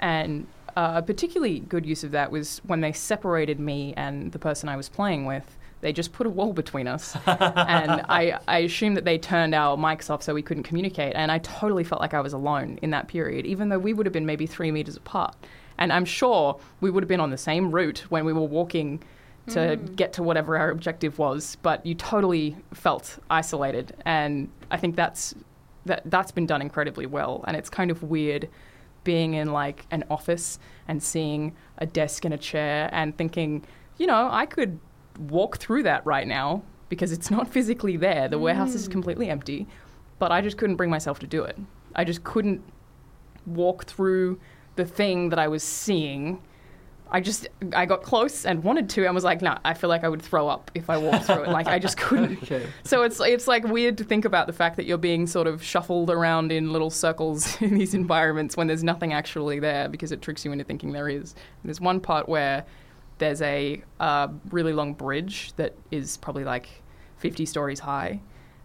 C: and uh, a particularly good use of that was when they separated me and the person I was playing with. They just put a wall between us. and I, I assume that they turned our mics off so we couldn't communicate. And I totally felt like I was alone in that period, even though we would have been maybe three meters apart. And I'm sure we would have been on the same route when we were walking to get to whatever our objective was. But you totally felt isolated. And I think that's, that, that's been done incredibly well. And it's kind of weird being in like an office and seeing a desk and a chair and thinking, you know, I could walk through that right now because it's not physically there. The warehouse is completely empty, but I just couldn't bring myself to do it. I just couldn't walk through the thing that I was seeing. I just I got close and wanted to and was like, nah, I feel like I would throw up if I walked through it. Like I just couldn't
D: okay.
C: so it's it's like weird to think about the fact that you're being sort of shuffled around in little circles in these environments when there's nothing actually there because it tricks you into thinking there is. And there's one part where there's a uh, really long bridge that is probably like 50 stories high.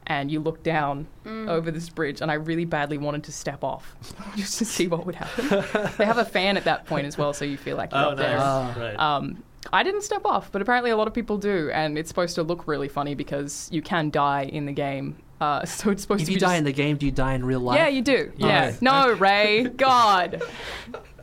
C: And you look down over this bridge, and I really badly wanted to step off just to see what would happen. they have a fan at that point as well, so you feel like you're
B: Oh,
C: up there.
B: nice.
D: Ah.
B: Right.
C: Um, I didn't step off, but apparently a lot of people do, and it's supposed to look really funny because you can die in the game. Uh, so it's supposed
D: If
C: to
D: you
C: be
D: die
C: just-
D: in the game, do you die in real life?
C: yeah, you do. Yeah,
D: Okay.
C: no, Ray, God,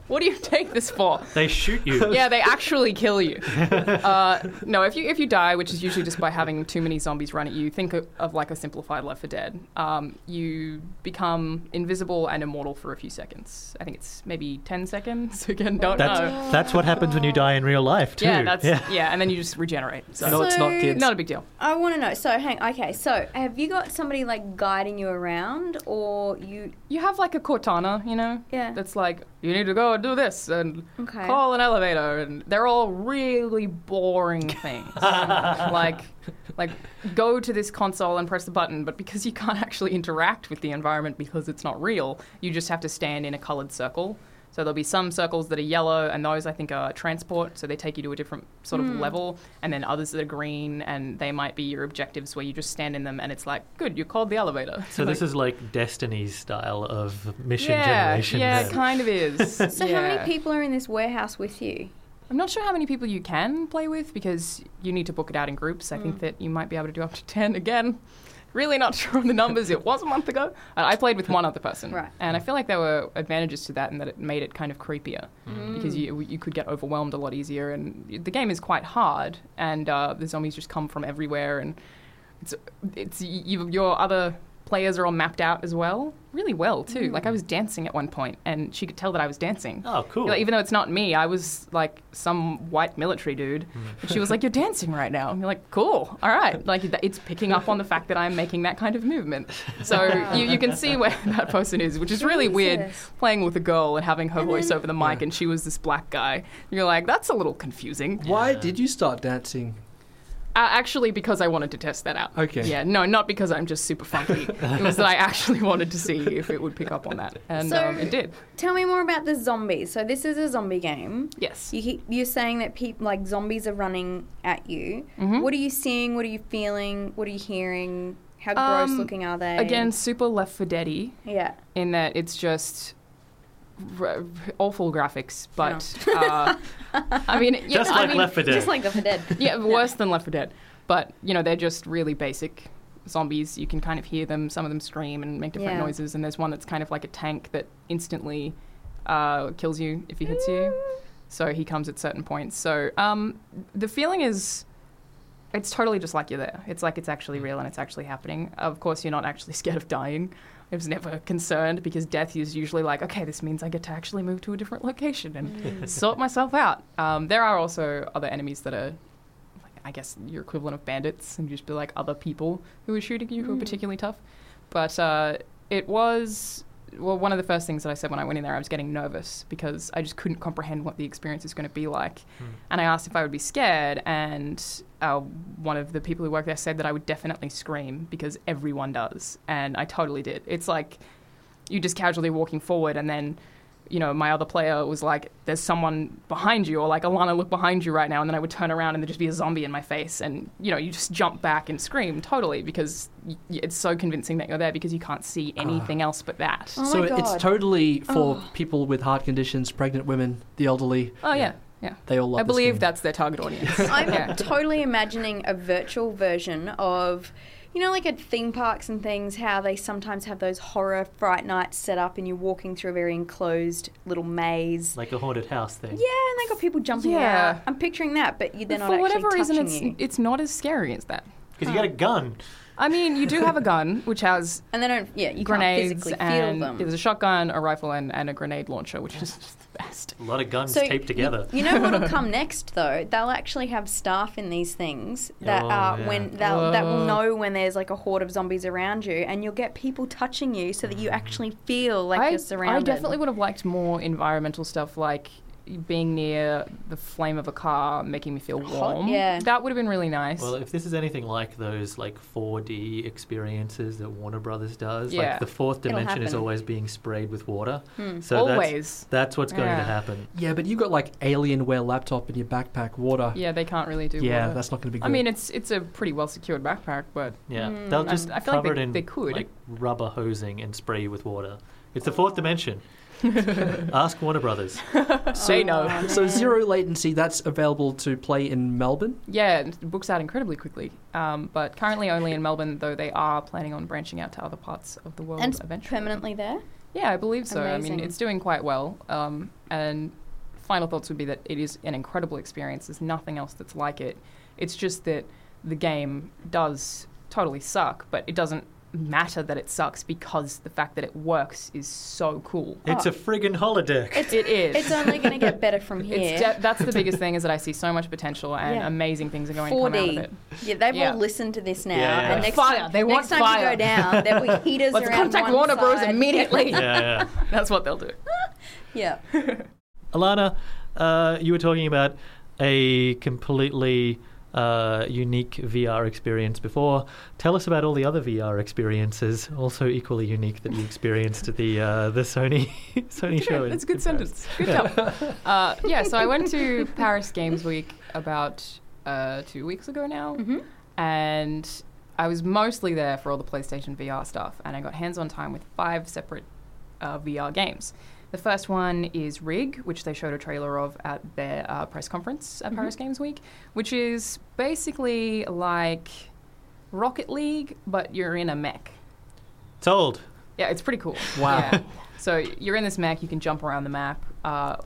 C: what do you take this for?
B: they shoot you.
C: Yeah, they actually kill you. Uh, no, if you if you die, which is usually just by having too many zombies run at you, think of, of like a simplified Left for Dead. Um, you become invisible and immortal for a few seconds. I think it's maybe ten seconds. Again, don't
B: That's
C: know.
B: that's what happens when you die in real life too.
C: Yeah, that's yeah. and then you just regenerate. So
D: No, it's not
A: So-
D: kids.
C: not a big deal.
A: I want to know. So, hang. Okay, so have you got somebody like guiding you around, or you?
C: You have like a Cortana, you know,
A: Yeah.
C: that's like you need to go and do this and
A: Okay.
C: call an elevator, and they're all really boring things. like, like go to this console and press the button, but because you can't actually interact with the environment because it's not real, you just have to stand in a coloured circle. So there'll be some circles that are yellow, and those I think are transport, so they take you to a different sort
A: Hmm.
C: of level, and then others that are green, and they might be your objectives where you just stand in them, and it's like, good, you called the elevator.
B: So
C: Like-
B: this is like Destiny's style of mission
C: yeah,
B: generation.
C: Yeah,
B: then.
C: it kind of is.
A: So, how many people are in this warehouse with you?
C: I'm not sure how many people you can play with because you need to book it out in groups. I think that you might be able to do up to 10 again. Really not sure on the numbers. It was a month ago. Uh, I played with one other person.
A: Right.
C: And I feel like there were advantages to that in that it made it kind of creepier Mm,
A: Mm.
C: because you, you could get overwhelmed a lot easier. And the game is quite hard, and uh, the zombies just come from everywhere. And it's, it's you, your other players are all mapped out as well, really well, too. Like I was dancing at one point, and she could tell that I was dancing.
B: Oh, cool.
C: Like, even though it's not me, I was like some white military dude. But she was like, "You're dancing right now." And you're like, "Cool, all right." Like th- it's picking up on the fact that I'm making that kind of movement. So you, you can see where that person is, which is really weird.
A: Jesus.
C: Playing with a girl and having her voice over the mic, and she was this black guy. You're like, "That's a little confusing."
D: Why
B: Yeah.
D: did you start dancing?
C: Uh, actually, because I wanted to test that out.
D: Okay.
C: Yeah, no, not because I'm just super funky. it was that I actually wanted to see if it would pick up on that, and
A: So-
C: um, it did.
A: Tell me more about the zombies. So this is a zombie game.
C: Yes.
A: You keep, you're saying that people like zombies are running at you.
C: Mm-hmm.
A: What are you seeing? What are you feeling? What are you hearing? How gross
C: Um,
A: looking are they?
C: Again, super Left for Dead
A: yeah.
C: in that it's just r- awful graphics, but uh, I mean, yeah,
B: Just
C: I
B: like
C: mean,
B: Left 4 Dead.
A: Just like the Dead.
C: yeah, worse than Left 4 Dead. But you know, they're just really basic zombies. You can kind of hear them. Some of them scream and make different
A: Yeah.
C: noises. And there's one that's kind of like a tank that instantly uh, kills you if he hits you. So he comes at certain points. So um, the feeling is. It's totally just like you're there. It's like it's actually real and it's actually happening. Of course, you're not actually scared of dying. I was never concerned because death is usually like, okay, this means I get to actually move to a different location and sort myself out. Um, there are also other enemies that are like, I guess your equivalent of bandits and just be like other people who are shooting you who are particularly tough. But uh, it was well one of the first things that I said when I went in there. I was getting nervous because I just couldn't comprehend what the experience is going to be like. And I asked if I would be scared, and uh, one of the people who worked there said that I would definitely scream because everyone does, and I totally did. It's like you just casually walking forward and then you know my other player was like there's someone behind you or like alana look behind you right now and then i would turn around and there'd just be a zombie in my face and you know you just jump back and scream totally because y- y- it's so convincing that you're there because you can't see
D: Ah.
C: anything else but that
A: Oh
D: so
A: my
D: it's
A: God.
D: totally for people with heart conditions, pregnant women, the elderly.
C: oh yeah yeah
D: They all love
C: i
D: this
C: believe
D: game.
C: that's their target audience
A: I'm
C: yeah.
A: totally imagining a virtual version of, you know, like at theme parks and things, how they sometimes have those horror fright nights set up and you're walking through a very enclosed little maze.
B: like a haunted house thing.
A: yeah, and they got people jumping
C: Yeah.
A: out. I'm picturing that, but you, they're not
C: for whatever
A: actually
C: reason
A: touching
C: it's
A: you.
C: it's not as scary as that
B: Because you get a gun.
C: i mean you do have a gun which has
A: and they don't, yeah, you
C: grenades
A: can't physically
C: and
A: feel
C: there's
A: them.
C: a shotgun a rifle and, and a grenade launcher which is just the best
B: A lot of guns
A: So
B: taped together.
A: You know what'll come next though? They'll actually have staff in these things that
B: Oh,
A: are
B: yeah.
A: when they'll, that will
C: Oh.
A: know when there's like a horde of zombies around you, and you'll get people touching you so
B: Mm.
A: that you actually feel like
C: I,
A: you're surrounded.
C: I definitely would have liked more environmental stuff like being near the flame of a car making me feel warm.
A: yeah.
C: That would have been really nice.
B: Well, if this is anything like those like 4D experiences that Warner Brothers does,
C: Yeah. Hmm.
B: like the fourth
A: It'll
B: dimension is
A: happen.
B: always being sprayed with water. So
C: Always.
B: That's, that's what's going to
C: Yeah.
B: happen.
D: Yeah, but you got like Alienware laptop in your backpack, water.
C: yeah, they can't really do
D: Yeah,
C: water.
D: that's not going to be good.
C: I mean, it's it's a pretty well secured backpack, but
B: Yeah, they'll
C: I-
B: just
C: Hmm. I feel like
B: cover
C: they-
B: it in
C: they could.
B: like rubber hosing and spray you with water. It's the fourth dimension. Ask Warner Brothers.
C: say no.
A: Oh,
D: so
A: man.
D: zero latency. That's available to play in Melbourne.
C: Yeah, and the books out incredibly quickly. Um, but currently only in Melbourne, though they are planning on branching out to other parts of the world
A: and it's
C: eventually.
A: permanently there.
C: Yeah, I believe so. I
A: Amazing.
C: mean, it's doing quite well. Um, and final thoughts would be that it is an incredible experience. There's nothing else that's like it. It's just that the game does totally suck, but it doesn't matter that it sucks because the fact that it works is so cool.
B: It's a friggin' holodeck.
A: It's
C: It is.
A: it's only going to get better from here.
C: It's de- that's the biggest thing is that I see so much potential and
A: Yeah.
C: amazing things are going to come out of
A: 4D.
C: it.
A: Yeah, they've
C: Yeah.
A: all listened to this now.
B: Yeah, yeah.
A: And next
C: Fire.
A: time,
C: They want
A: next time you
C: fire.
A: go down, there'll be heaters
C: Let's
A: around
C: contact
A: one
C: Warner Bros.
A: side.
C: immediately.
B: yeah, yeah.
C: That's what they'll do.
A: Yeah.
B: Alana, uh, you were talking about a completely uh, unique VR experience before. Tell us about all the other VR experiences, also equally unique that you experienced at the uh, the Sony Sony show. in
C: That's a good
B: Paris.
C: sentence. Good job. uh, yeah, so I went to Paris Games Week about uh, two weeks ago now, and I was mostly there for all the PlayStation VR stuff, and I got hands-on time with five separate uh, VR games. The first one is Rig, which they showed a trailer of at their uh, press conference at Paris Games Week, which is basically like Rocket League, but you're in a mech.
B: It's old.
C: Yeah, it's pretty cool.
D: Wow.
C: Yeah. So you're in this map, you can jump around the map, uh,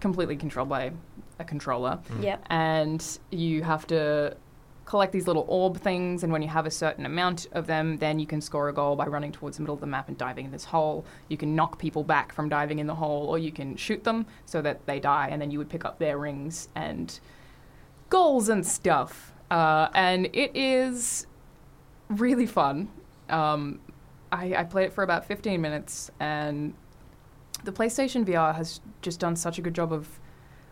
C: completely controlled by a controller,
B: Hmm.
A: Yep.
C: and you have to collect these little orb things. And when you have a certain amount of them, then you can score a goal by running towards the middle of the map and diving in this hole. You can knock people back from diving in the hole, or you can shoot them so that they die, and then you would pick up their rings and goals and stuff. Uh, and it is really fun. Um, I, I played it for about 15 minutes, and the PlayStation VR has just done such a good job of.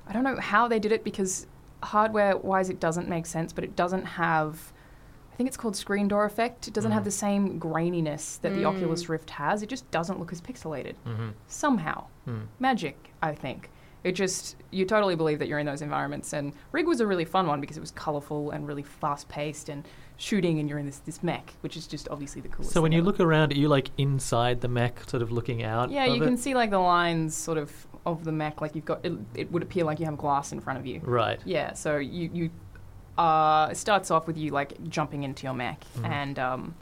C: I don't know how they did it because hardware wise, it doesn't make sense, but it doesn't have. I think it's called screen door effect. It doesn't
B: Mm.
C: have the same graininess that the
A: Mm.
C: Oculus Rift has. It just doesn't look as pixelated
B: Mhm.
C: somehow.
B: Mm.
C: Magic, I think. It just you totally believe that you're in those environments. And Rig was a really fun one because it was colorful and really fast paced and shooting, and you're in this this mech, which is just obviously the coolest.
B: So when
C: thing
B: you
C: ever.
B: look around, are you like inside the mech, sort of looking out?
C: yeah,
B: of
C: you
B: it?
C: can see like the lines sort of of the mech. Like you've got it, it would appear like you have glass in front of you.
B: Right.
C: Yeah, so you you uh, it starts off with you like jumping into your mech
B: Mhm.
C: and um,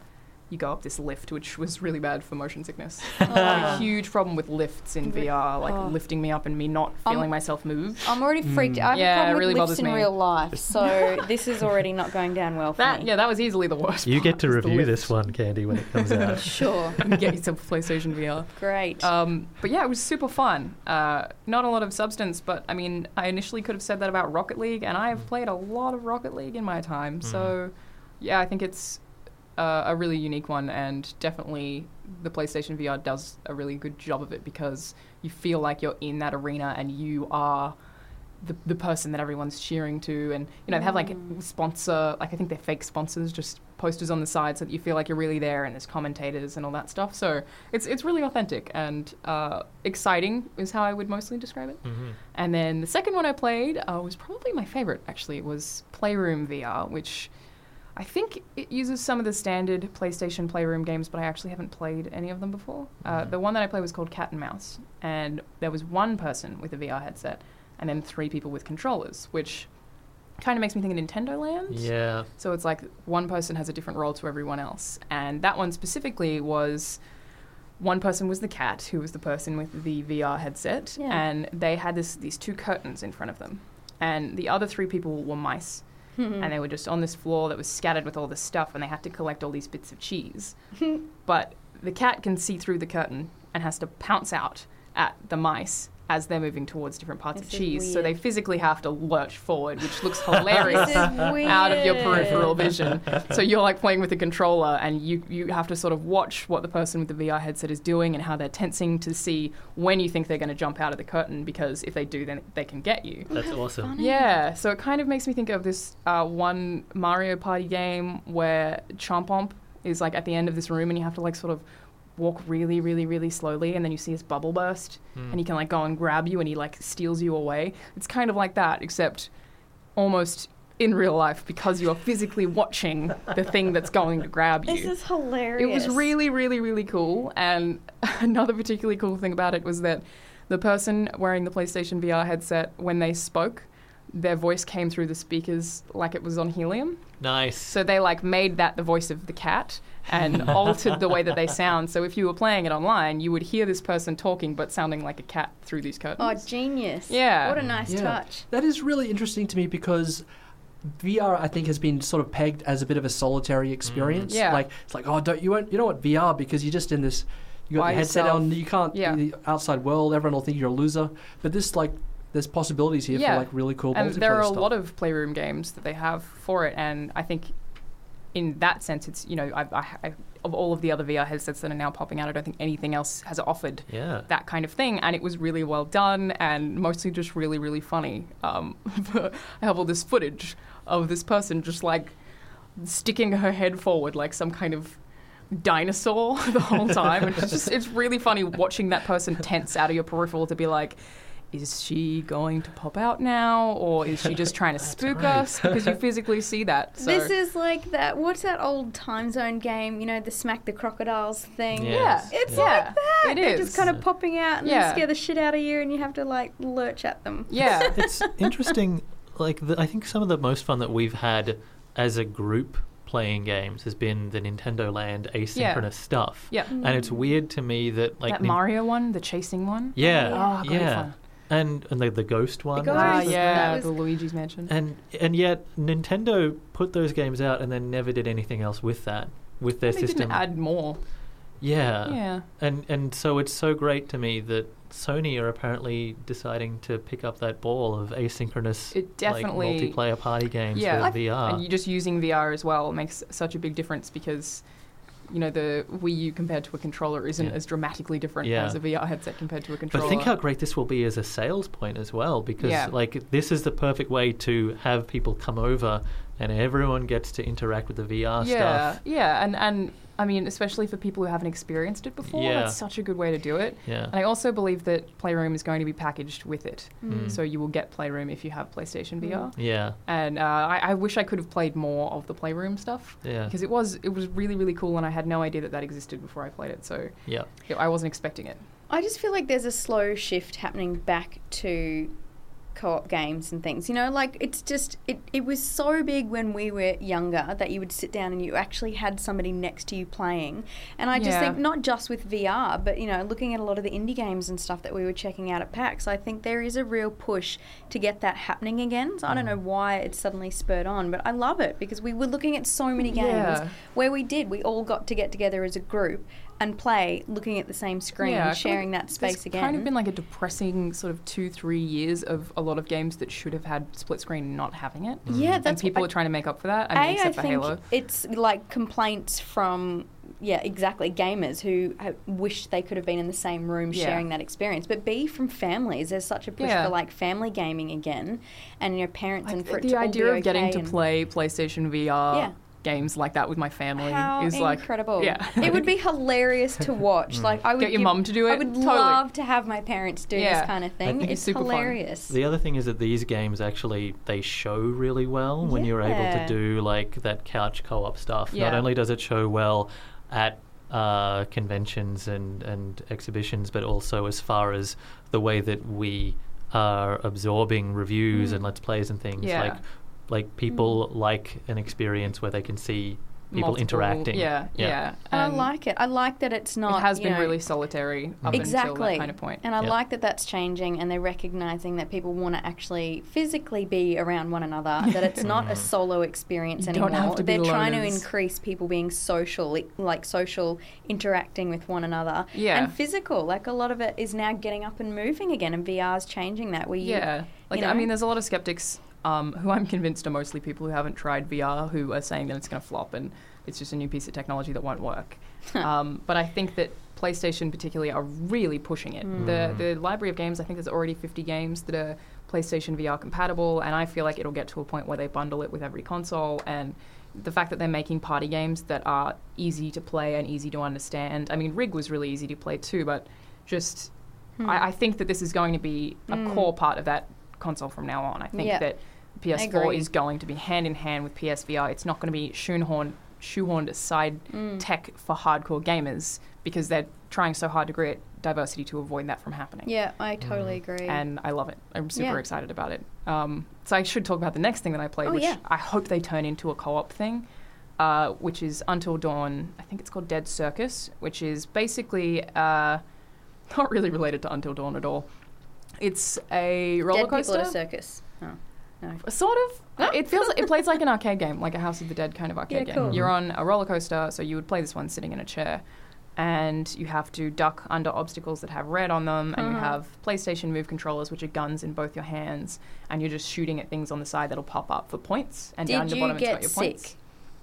C: you go up this lift, which was really bad for motion sickness.
A: Oh.
C: a huge problem with lifts in
A: Re-
C: VR, like
A: oh.
C: lifting me up and me not
A: Um,
C: feeling myself move.
A: I'm already freaked.
D: Mm.
A: I have
C: Hmm. Yeah, it
A: a problem
C: really
A: with
C: bothers
A: lifts in
C: me.
A: real life, so this is already not going down well for
C: That
A: me.
C: yeah, that was easily the worst.
B: You
C: part,
B: get to
C: was the
B: review
C: lift.
B: this one, Candy, when it comes out.
A: Sure,
C: and get yourself a PlayStation VR.
A: great.
C: Um, but yeah, it was super fun. Uh, not a lot of substance, but I mean, I initially could have said that about Rocket League, and I have played a lot of Rocket League in my time. So yeah, I think it's uh, a really unique one, and definitely the PlayStation VR does a really good job of it because you feel like you're in that arena and you are. The, the person that everyone's cheering to, and you know, they have like
A: Mm.
C: sponsor, like I think they're fake sponsors, just posters on the side so that you feel like you're really there, and there's commentators and all that stuff. So, it's it's really authentic and uh, exciting is how I would mostly describe it.
B: Mhm.
C: And then the second one I played uh, was probably my favorite. Actually, it was Playroom VR, which I think it uses some of the standard PlayStation Playroom games, but I actually haven't played any of them before. Uh,
B: Mhm.
C: the one that I played was called Cat and Mouse, and there was one person with a VR headset, and then three people with controllers, which kind of makes me think of Nintendo Land.
B: Yeah.
C: So it's like one person has a different role to everyone else. And that one specifically was one person was the cat, who was the person with the VR headset,
A: Yeah.
C: and they had this, these two curtains in front of them. And the other three people were mice,
A: Hmm. Mm.
C: and they were just on this floor that was scattered with all this stuff, and they had to collect all these bits of cheese. but the cat can see through the curtain and has to pounce out at the mice as they're moving towards different parts
A: This
C: of
A: is
C: cheese. So they
A: weird.
C: physically have to lurch forward, which looks hilarious out of your peripheral vision. So you're like playing with the controller, and you you have to sort of watch what the person with the VR headset is doing and how they're tensing to see when you think they're going to jump out of the curtain. Because if they do, then they can get you.
B: That's awesome.
A: funny.
C: Yeah, so it kind of makes me think of this uh, one Mario Party game where Chompomp is like at the end of this room, and you have to like sort of walk really, really, really slowly, and then you see his bubble burst,
B: Mm.
C: and he can like go and grab you and he like steals you away. It's kind of like that, except almost in real life because you are physically watching the thing that's going to grab you.
A: This is hilarious.
C: it was really, really, really cool. And another particularly cool thing about it was that the person wearing the PlayStation VR headset, when they spoke, their voice came through the speakers like it was on helium.
B: nice.
C: So they like made that the voice of the cat and altered the way that they sound. So if you were playing it online, you would hear this person talking but sounding like a cat through these
A: Oh,
C: curtains.
A: genius.
C: Yeah.
A: What a nice
D: Yeah.
A: touch.
D: That is really interesting to me because VR, I think, has been sort of pegged as a bit of a solitary experience.
C: Mm. Yeah.
D: Like it's like, oh, don't you won't, you don't want VR because you're just in this. You got
C: By
D: the headset
C: yourself.
D: on. You can't
C: Yeah.
D: the outside world. Everyone will think you're a loser. But this like, there's possibilities here
C: Yeah.
D: for like really cool.
C: and there
D: multiplayer
C: are a
D: stuff.
C: lot of playroom games that they have for it, and I think in that sense, it's you know, I, I, I, of all of the other VR headsets that are now popping out, I don't think anything else has offered
B: yeah.
C: that kind of thing. And it was really well done and mostly just really, really funny. Um, I have all this footage of this person just like sticking her head forward like some kind of dinosaur the whole time. And it's just, it's really funny watching that person tense out of your peripheral to be like, is she going to pop out now, or is she just trying to spook
B: right.
C: us? Because you physically see that. So.
A: This is like that. What's that old time zone game? You know, the smack the crocodiles thing.
B: Yeah.
C: yeah,
B: Yes.
A: It's
B: Yeah.
A: like that.
C: It
A: They're
C: is.
A: just kind of popping out and
C: Yeah.
A: scare the shit out of you, and you have to like lurch at them.
C: yeah,
B: it's interesting. Like the, I think some of the most fun that we've had as a group playing games has been the Nintendo Land asynchronous stuff.
C: yeah.
B: And it's weird to me that like
C: that
B: Nin-
C: Mario one, the chasing one.
B: Yeah.
A: Oh,
C: Oh, great
B: yeah.
C: fun.
B: And and the, the ghost one.
A: ghost.
B: which
C: Ah,
B: is the-
A: That
C: yeah,
A: was-
C: the Luigi's Mansion.
B: And and yet Nintendo put those games out and then never did anything else with that with their
C: they
B: system. Uh,
C: didn't add more.
B: yeah.
C: Yeah.
B: And and so it's so great to me that Sony are apparently deciding to pick up that ball of asynchronous
C: It
B: like,
C: definitely-
B: Ah. multiplayer party games
C: Yeah.
B: with VR.
C: And you just using VR as well makes such a big difference because you know the Wii U compared to a controller isn't
B: Yeah.
C: as dramatically different
B: Yeah.
C: as a VR headset compared to a controller.
B: But think how great this will be as a sales point as well, because
C: Yeah.
B: like this is the perfect way to have people come over, and everyone gets to interact with the VR
C: yeah,
B: stuff.
C: yeah, and and I mean, especially for people who haven't experienced it before,
B: Yeah.
C: that's such a good way to do it.
B: Yeah,
C: And I also believe that Playroom is going to be packaged with it,
B: Mm.
C: so you will get Playroom if you have PlayStation VR.
B: yeah,
C: And uh, I, I wish I could have played more of the Playroom stuff
B: yeah,
C: because it was it was really really cool, and I had no idea that that existed before I played it. So
B: yeah.
C: yeah, I wasn't expecting it.
A: I just feel like there's a slow shift happening back to co-op games and things. You know, like it's just it, it was so big when we were younger that you would sit down and you actually had somebody next to you playing. And I just
C: Yeah.
A: think not just with VR, but you know, looking at a lot of the indie games and stuff that we were checking out at PAX, I think there is a real push to get that happening again. So I don't
C: Mm.
A: know why it's suddenly spurred on, but I love it because we were looking at so many games
C: Yeah.
A: where we did, we all got to get together as a group and play looking at the same screen
C: Yeah, I feel
A: and sharing
C: like
A: that space
C: There's
A: again.
C: kind of been like a depressing sort of two three years of a lot of games that should have had split screen not having it.
A: yeah,
C: and
A: that's
C: people
A: I-
C: are trying to make up for that. I
A: A,
C: mean, except for
A: I think
C: Halo.
A: it's like complaints from yeah, exactly gamers who ha- wish they could have been in the same room
C: Yeah.
A: sharing that experience. But B from families, there's such a push
C: Yeah.
A: for like family gaming again, and your parents
C: Like,
A: and for it
C: the
A: to all
C: idea
A: be
C: of getting
A: okay
C: to
A: and-
C: play PlayStation VR
A: Yeah.
C: games like that with my family
A: How
C: is like
A: incredible!
C: yeah.
A: it would be hilarious to watch. Like I would
C: Get your
A: give-
C: mum to do
A: I
C: it?
A: would
C: Totally.
A: love to have my parents do
C: Yeah.
A: this kind of
B: I
A: thing.
B: think
A: It's
C: it's super fun.
A: hilarious.
B: The other thing is that these games actually they show really well when you're able to
A: Yeah.
B: do like that couch co-op stuff. Not
C: Yeah.
B: only does it show well at uh, conventions and and exhibitions, but also as far as the way that we are absorbing reviews
A: Mm.
B: and let's plays and things
C: Yeah. Mm.
B: like like people like an experience where they can see people
C: multiple-
B: interacting.
C: Yeah, yeah.
A: And I
C: And
A: like it. I like that it's not.
C: um, it has
A: you
C: been
A: know,
C: really solitary up until
A: exactly
C: that kind of point.
A: And I
B: Yeah.
A: like that that's changing, and they're recognizing that people want to actually physically be around one another. that it's not a solo experience
C: You
A: anymore.
C: don't have to be
A: they're
C: the
A: trying to
C: loners.
A: increase people being social, like social interacting with one another,
C: Yeah.
A: and physical. Like a lot of it is now getting up and moving again, and VR's changing that. Where you,
C: Yeah, like
A: you
C: I
A: know?
C: mean, there's a lot of skeptics um, who I'm convinced are mostly people who haven't tried VR who are saying that it's going to flop and it's just a new piece of technology that won't work. um, but I think that PlayStation, particularly, are really pushing it.
A: Mm.
C: The the library of games, I think, there's already 50 games that are PlayStation VR compatible, and I feel like it'll get to a point where they bundle it with every console and. The fact that they're making party games that are easy to play and easy to understand. I mean, Rig was really easy to play too, but just
A: Hmm.
C: I, I think that this is going to be a core part of that console from now on. I think
A: Yeah.
C: that
A: agree.
C: PS4 is going to be hand in hand with PSVR. It's not going to be shoehorned shoehorned aside
A: Hmm.
C: tech for hardcore gamers because they're trying so hard to create diversity to avoid that from happening.
A: yeah, I totally agree.
C: And I love it. I'm super
A: Yeah.
C: excited about it. Um, so I should talk about the next thing that I played,
A: Oh,
C: which
A: yeah.
C: I hope they turn into a co-op thing, uh, which is Until Dawn. I think it's called Dead Circus, which is basically uh, not really related to Until Dawn at all. It's a roller
A: Dead people
C: coaster,
A: at a circus. Oh, no.
C: sort of. It feels it plays like an arcade game, like a House of the Dead kind of arcade game.
A: Yeah, cool.
C: You're on a roller coaster, so you would play this one sitting in a chair. And you have to duck under obstacles that have red on them, and
A: Uh-huh.
C: you have PlayStation Move controllers, which are guns in both your hands, and you're just shooting at things on the side that'll pop up for points. And down
A: Did
C: the
A: you
C: bottom, it's got
A: get
C: your
A: sick?
C: points.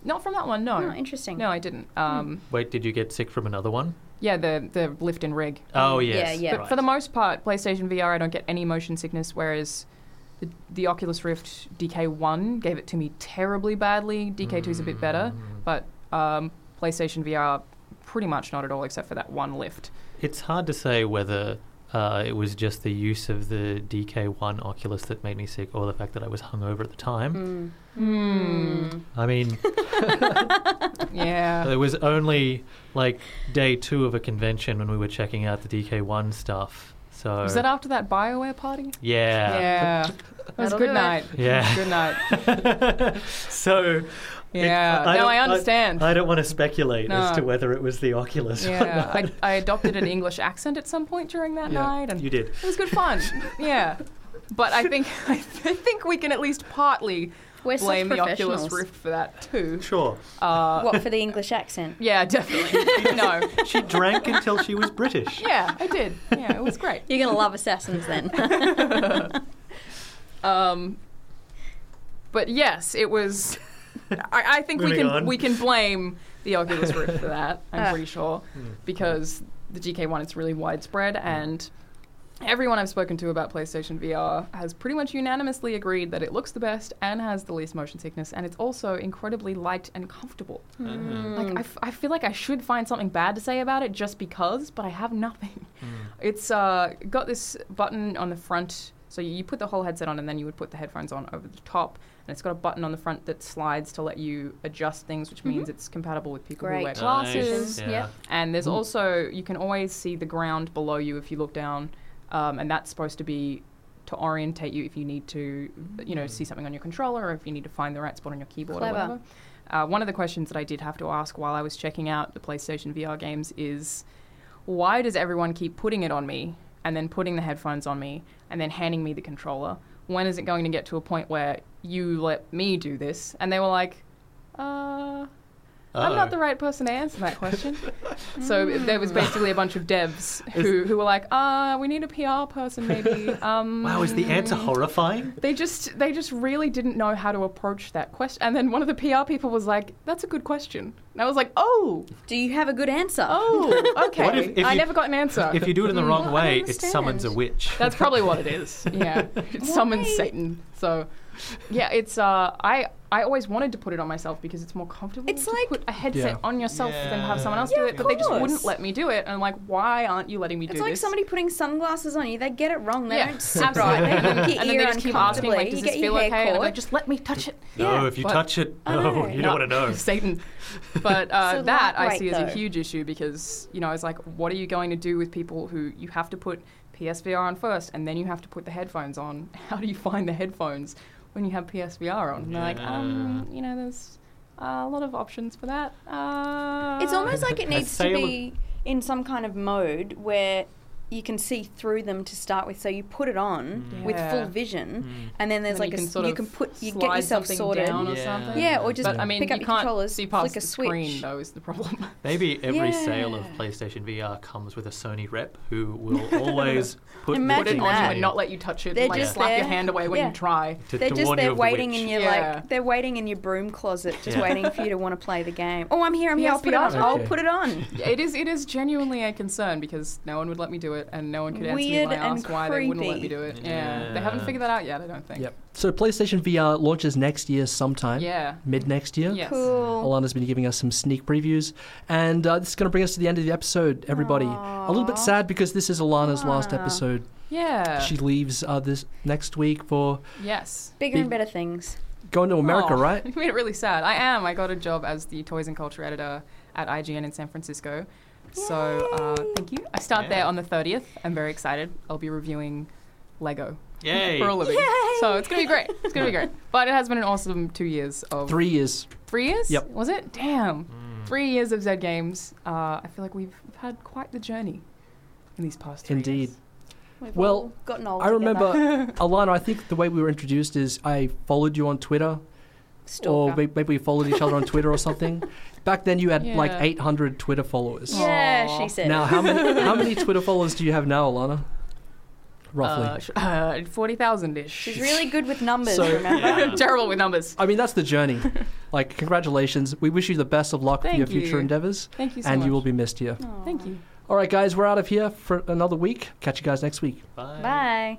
C: Not from that one, no.
A: Oh, interesting.
C: no, I didn't. Um,
B: Wait, did you get sick from another one?
C: Yeah, the the lift and rig.
B: Oh
A: Yeah,
B: yes.
A: yeah.
C: But
B: Right.
C: for the most part, PlayStation VR, I don't get any motion sickness, whereas the, the Oculus Rift DK1 gave it to me terribly badly. DK2 is a bit better,
B: Mm.
C: but um, PlayStation VR, pretty much not at all, except for that one lift.
B: It's hard to say whether uh, it was just the use of the DK1 Oculus that made me sick or the fact that I was hungover at the
C: Hmm.
B: time.
A: Mm. Hmm.
B: I mean,
C: Yeah.
B: it was only like day two of a convention when we were checking out the DK1 stuff. So.
C: Was that after that Bioware party?
B: Yeah.
C: Yeah. That was
A: That'll do
C: good
A: it.
C: night.
B: Yeah.
C: Good night.
B: So. it-
C: Yeah. No,
B: don't-
C: I understand.
B: I, don't want to speculate as
C: No.
B: to whether it was the Oculus. or
C: Yeah.
B: not.
C: I, I adopted an English accent at some point during that
D: Yeah.
C: night. And
B: You did.
C: It was good fun. yeah. But I think I think we can at least partly
A: We're such
C: blame the Oculus
A: professionals.
C: Rift for that too. Uh,
B: Sure.
A: What for the English accent?
C: Yeah, definitely. no.
B: She drank until she was British.
C: Yeah, I did. Yeah, it was great.
A: You're gonna love assassins then.
C: Um, but yes, it was. I, I think we
B: Moving
C: can
B: on.
C: we can blame the Oculus Rift for that.
A: Ah.
C: I'm pretty sure because the GK one it's really widespread
B: Hmm.
C: and. Everyone I've spoken to about PlayStation VR has pretty much unanimously agreed that it looks the best and has the least motion sickness, and it's also incredibly light and comfortable.
B: Ah.
C: Like, I, f- I feel like I should find something bad to say about it just because, but I have nothing. It's uh, got this button on the front. So you you put the whole headset on, and then you would put the headphones on over the top. And it's got a button on the front that slides to let you adjust things, which means it's compatible with people
A: Great.
C: who wear
A: Nice.
C: glasses.
B: Yeah.
A: Yep.
C: And there's also you can always see the ground below you if you look down, um, and that's supposed to be to orientate you if you need to, you know, see something on your controller or if you need to find the right spot on your keyboard
A: Clever.
C: or whatever. Uh, one of the questions that I did have to ask while I was checking out the PlayStation VR games is, why does everyone keep putting it on me and then putting the headphones on me and then handing me the controller? When is it going to get to a point where you let me do this? And they were like, uh. I'm not the right person to answer that question. so there was basically a bunch of devs who, who were like, uh, we need a PR person maybe. Um,
B: Wow, is the answer horrifying?
C: they just they just really didn't know how to approach that question. And then one of the PR people was like, "That's a good question." And I was like, "Oh,
A: Do you have a good answer?
C: oh,
B: What
C: okay."
B: if- if
C: I
B: you-
C: never got an answer.
B: If you do it in the
A: I
B: wrong
A: don't
B: way, it summons a
A: understand.
B: witch.
C: That's probably what it is. Yeah, it summons
A: Why?
C: Satan. So, yeah, it's uh, I I always wanted to put it on myself because it's more comfortable.
A: It's
C: to
A: like-
C: put a headset
D: Yeah.
C: on yourself than have someone else
A: Yeah,
C: do
A: of
C: it, but they just
A: course.
C: wouldn't let me do it. And I'm like, why aren't you letting me
A: It's
C: do
A: like
C: this?
A: somebody putting sunglasses on you. They get it wrong. They
C: yeah,
A: don't sit right.
C: absolutely.
A: They
C: and then,
A: hook your
C: and then they
A: ear
C: just keep asking, like,
A: uncomfortably.
C: does
A: You
C: this
A: get your
C: feel okay?
A: hair
C: And I'm
A: caught.
C: like, just let me touch it.
B: no,
A: Yeah.
B: if you
C: But-
B: touch it,
A: I
B: no,
A: know.
B: you don't want to know.
C: Satan. But uh,
A: So
C: that I
A: lightweight,
C: see as a
A: though.
C: huge issue because you know it's like, what are you going to do with people who you have to put PSVR on first, and then you have to put the headphones on? How do you find the headphones when you have PSVR on? And they're like, um, you know, there's a lot of options for that. Uh,
A: It's almost like it
B: A
A: needs to
B: sailor-
A: be in some kind of mode where you can see through them to start with. So you put it on with full
C: Yeah.
A: vision,
B: Mm.
A: and then there's
C: Then
A: like
C: you
A: a
C: can
A: s-
C: sort
A: you
C: of
A: can put you get
C: slide
A: yourself
C: something
A: sorted.
C: down or
B: Yeah.
C: something.
A: Yeah, or just
C: but I mean,
A: pick up
C: you
A: your
C: can't
A: controllers,
C: see past
A: flick a
C: the screen
A: switch.
C: though is the problem.
B: Maybe every sale of
A: Yeah.
B: PlayStation VR comes with a Sony rep who will always put
C: Put it
A: Imagine
B: things
C: on
A: that.
C: you and not let you touch it.
A: They're
C: like
A: just
C: slap
A: there.
C: your hand away when
A: Yeah.
C: you try.
B: to,
A: They're
B: to
A: just
B: warn
A: there
B: you of
A: waiting
B: the
A: in
B: witch.
A: your
C: Yeah.
A: like they're waiting in your broom closet, just
B: Yeah.
A: waiting for you to want to play the game. Oh, I'm here, I'm here. I'll put it
C: PSVR.
A: on. I'll
D: Okay.
A: put it on.
C: Yeah, it is it is genuinely a concern because no one would let me do it and no one could answer
A: Weird
C: me when I
A: and
C: asked why they wouldn't let me
A: creepy.
C: do it. Yeah. They haven't
B: Yeah.
C: figured that out yet, I don't think.
D: Yep. So PlayStation VR launches next year sometime.
C: Yeah.
D: Mid next year.
C: Yes.
A: Cool.
D: Alana's been giving us some sneak previews, and uh, this is going to bring us to the end of the episode, Oh, everybody. A little bit
A: Aw.
D: sad because this is Alana's last
A: Aw.
D: episode.
C: Yeah.
D: She leaves uh, this next week for
C: yes.
A: Bigger and better things.
D: going to America,
C: Aw.
D: right?
C: You made it really sad. I am. I got a job as the Toys and Culture Editor at IGN in San Francisco. So uh,
A: Yay.
C: thank you. I start
B: Yeah.
C: there on the 30th. I'm very excited. I'll be reviewing Lego
B: Yay!
C: for a living.
A: Yay.
C: So it's going to be great. It's going to be great. But it has been an awesome two years of
D: Three years.
C: Three years?
D: Yep.
C: Was it? Damn. Three years of Zed Games. Uh, I feel like we've we've had quite the journey in these past three
D: Indeed.
C: years.
A: We've
D: Well,
A: all gotten old.
D: I remember,
A: together.
D: Alana, I think the way we were introduced is I followed you on Twitter,
A: Stalker.
D: or may- maybe we followed each other on Twitter or something. Back then, you had like
C: Yeah.
D: 800 Twitter followers.
A: yeah,
C: Aw.
A: she said.
D: Now, how many, how many Twitter followers do you have now, Alana? Roughly.
C: Uh, sh- Uh, 40,000 ish.
A: She's really good with numbers.
D: So-
A: remember?
B: Yeah.
C: terrible with numbers.
D: I mean, that's the journey. like, congratulations. We wish you the best of luck for
C: Thank
D: your future
C: you.
D: endeavors,
C: Thank you so
D: and
C: much.
D: you will be missed here.
A: Aw.
C: Thank you.
D: All right, guys, we're out of here for another week. Catch you guys next week.
A: Bye.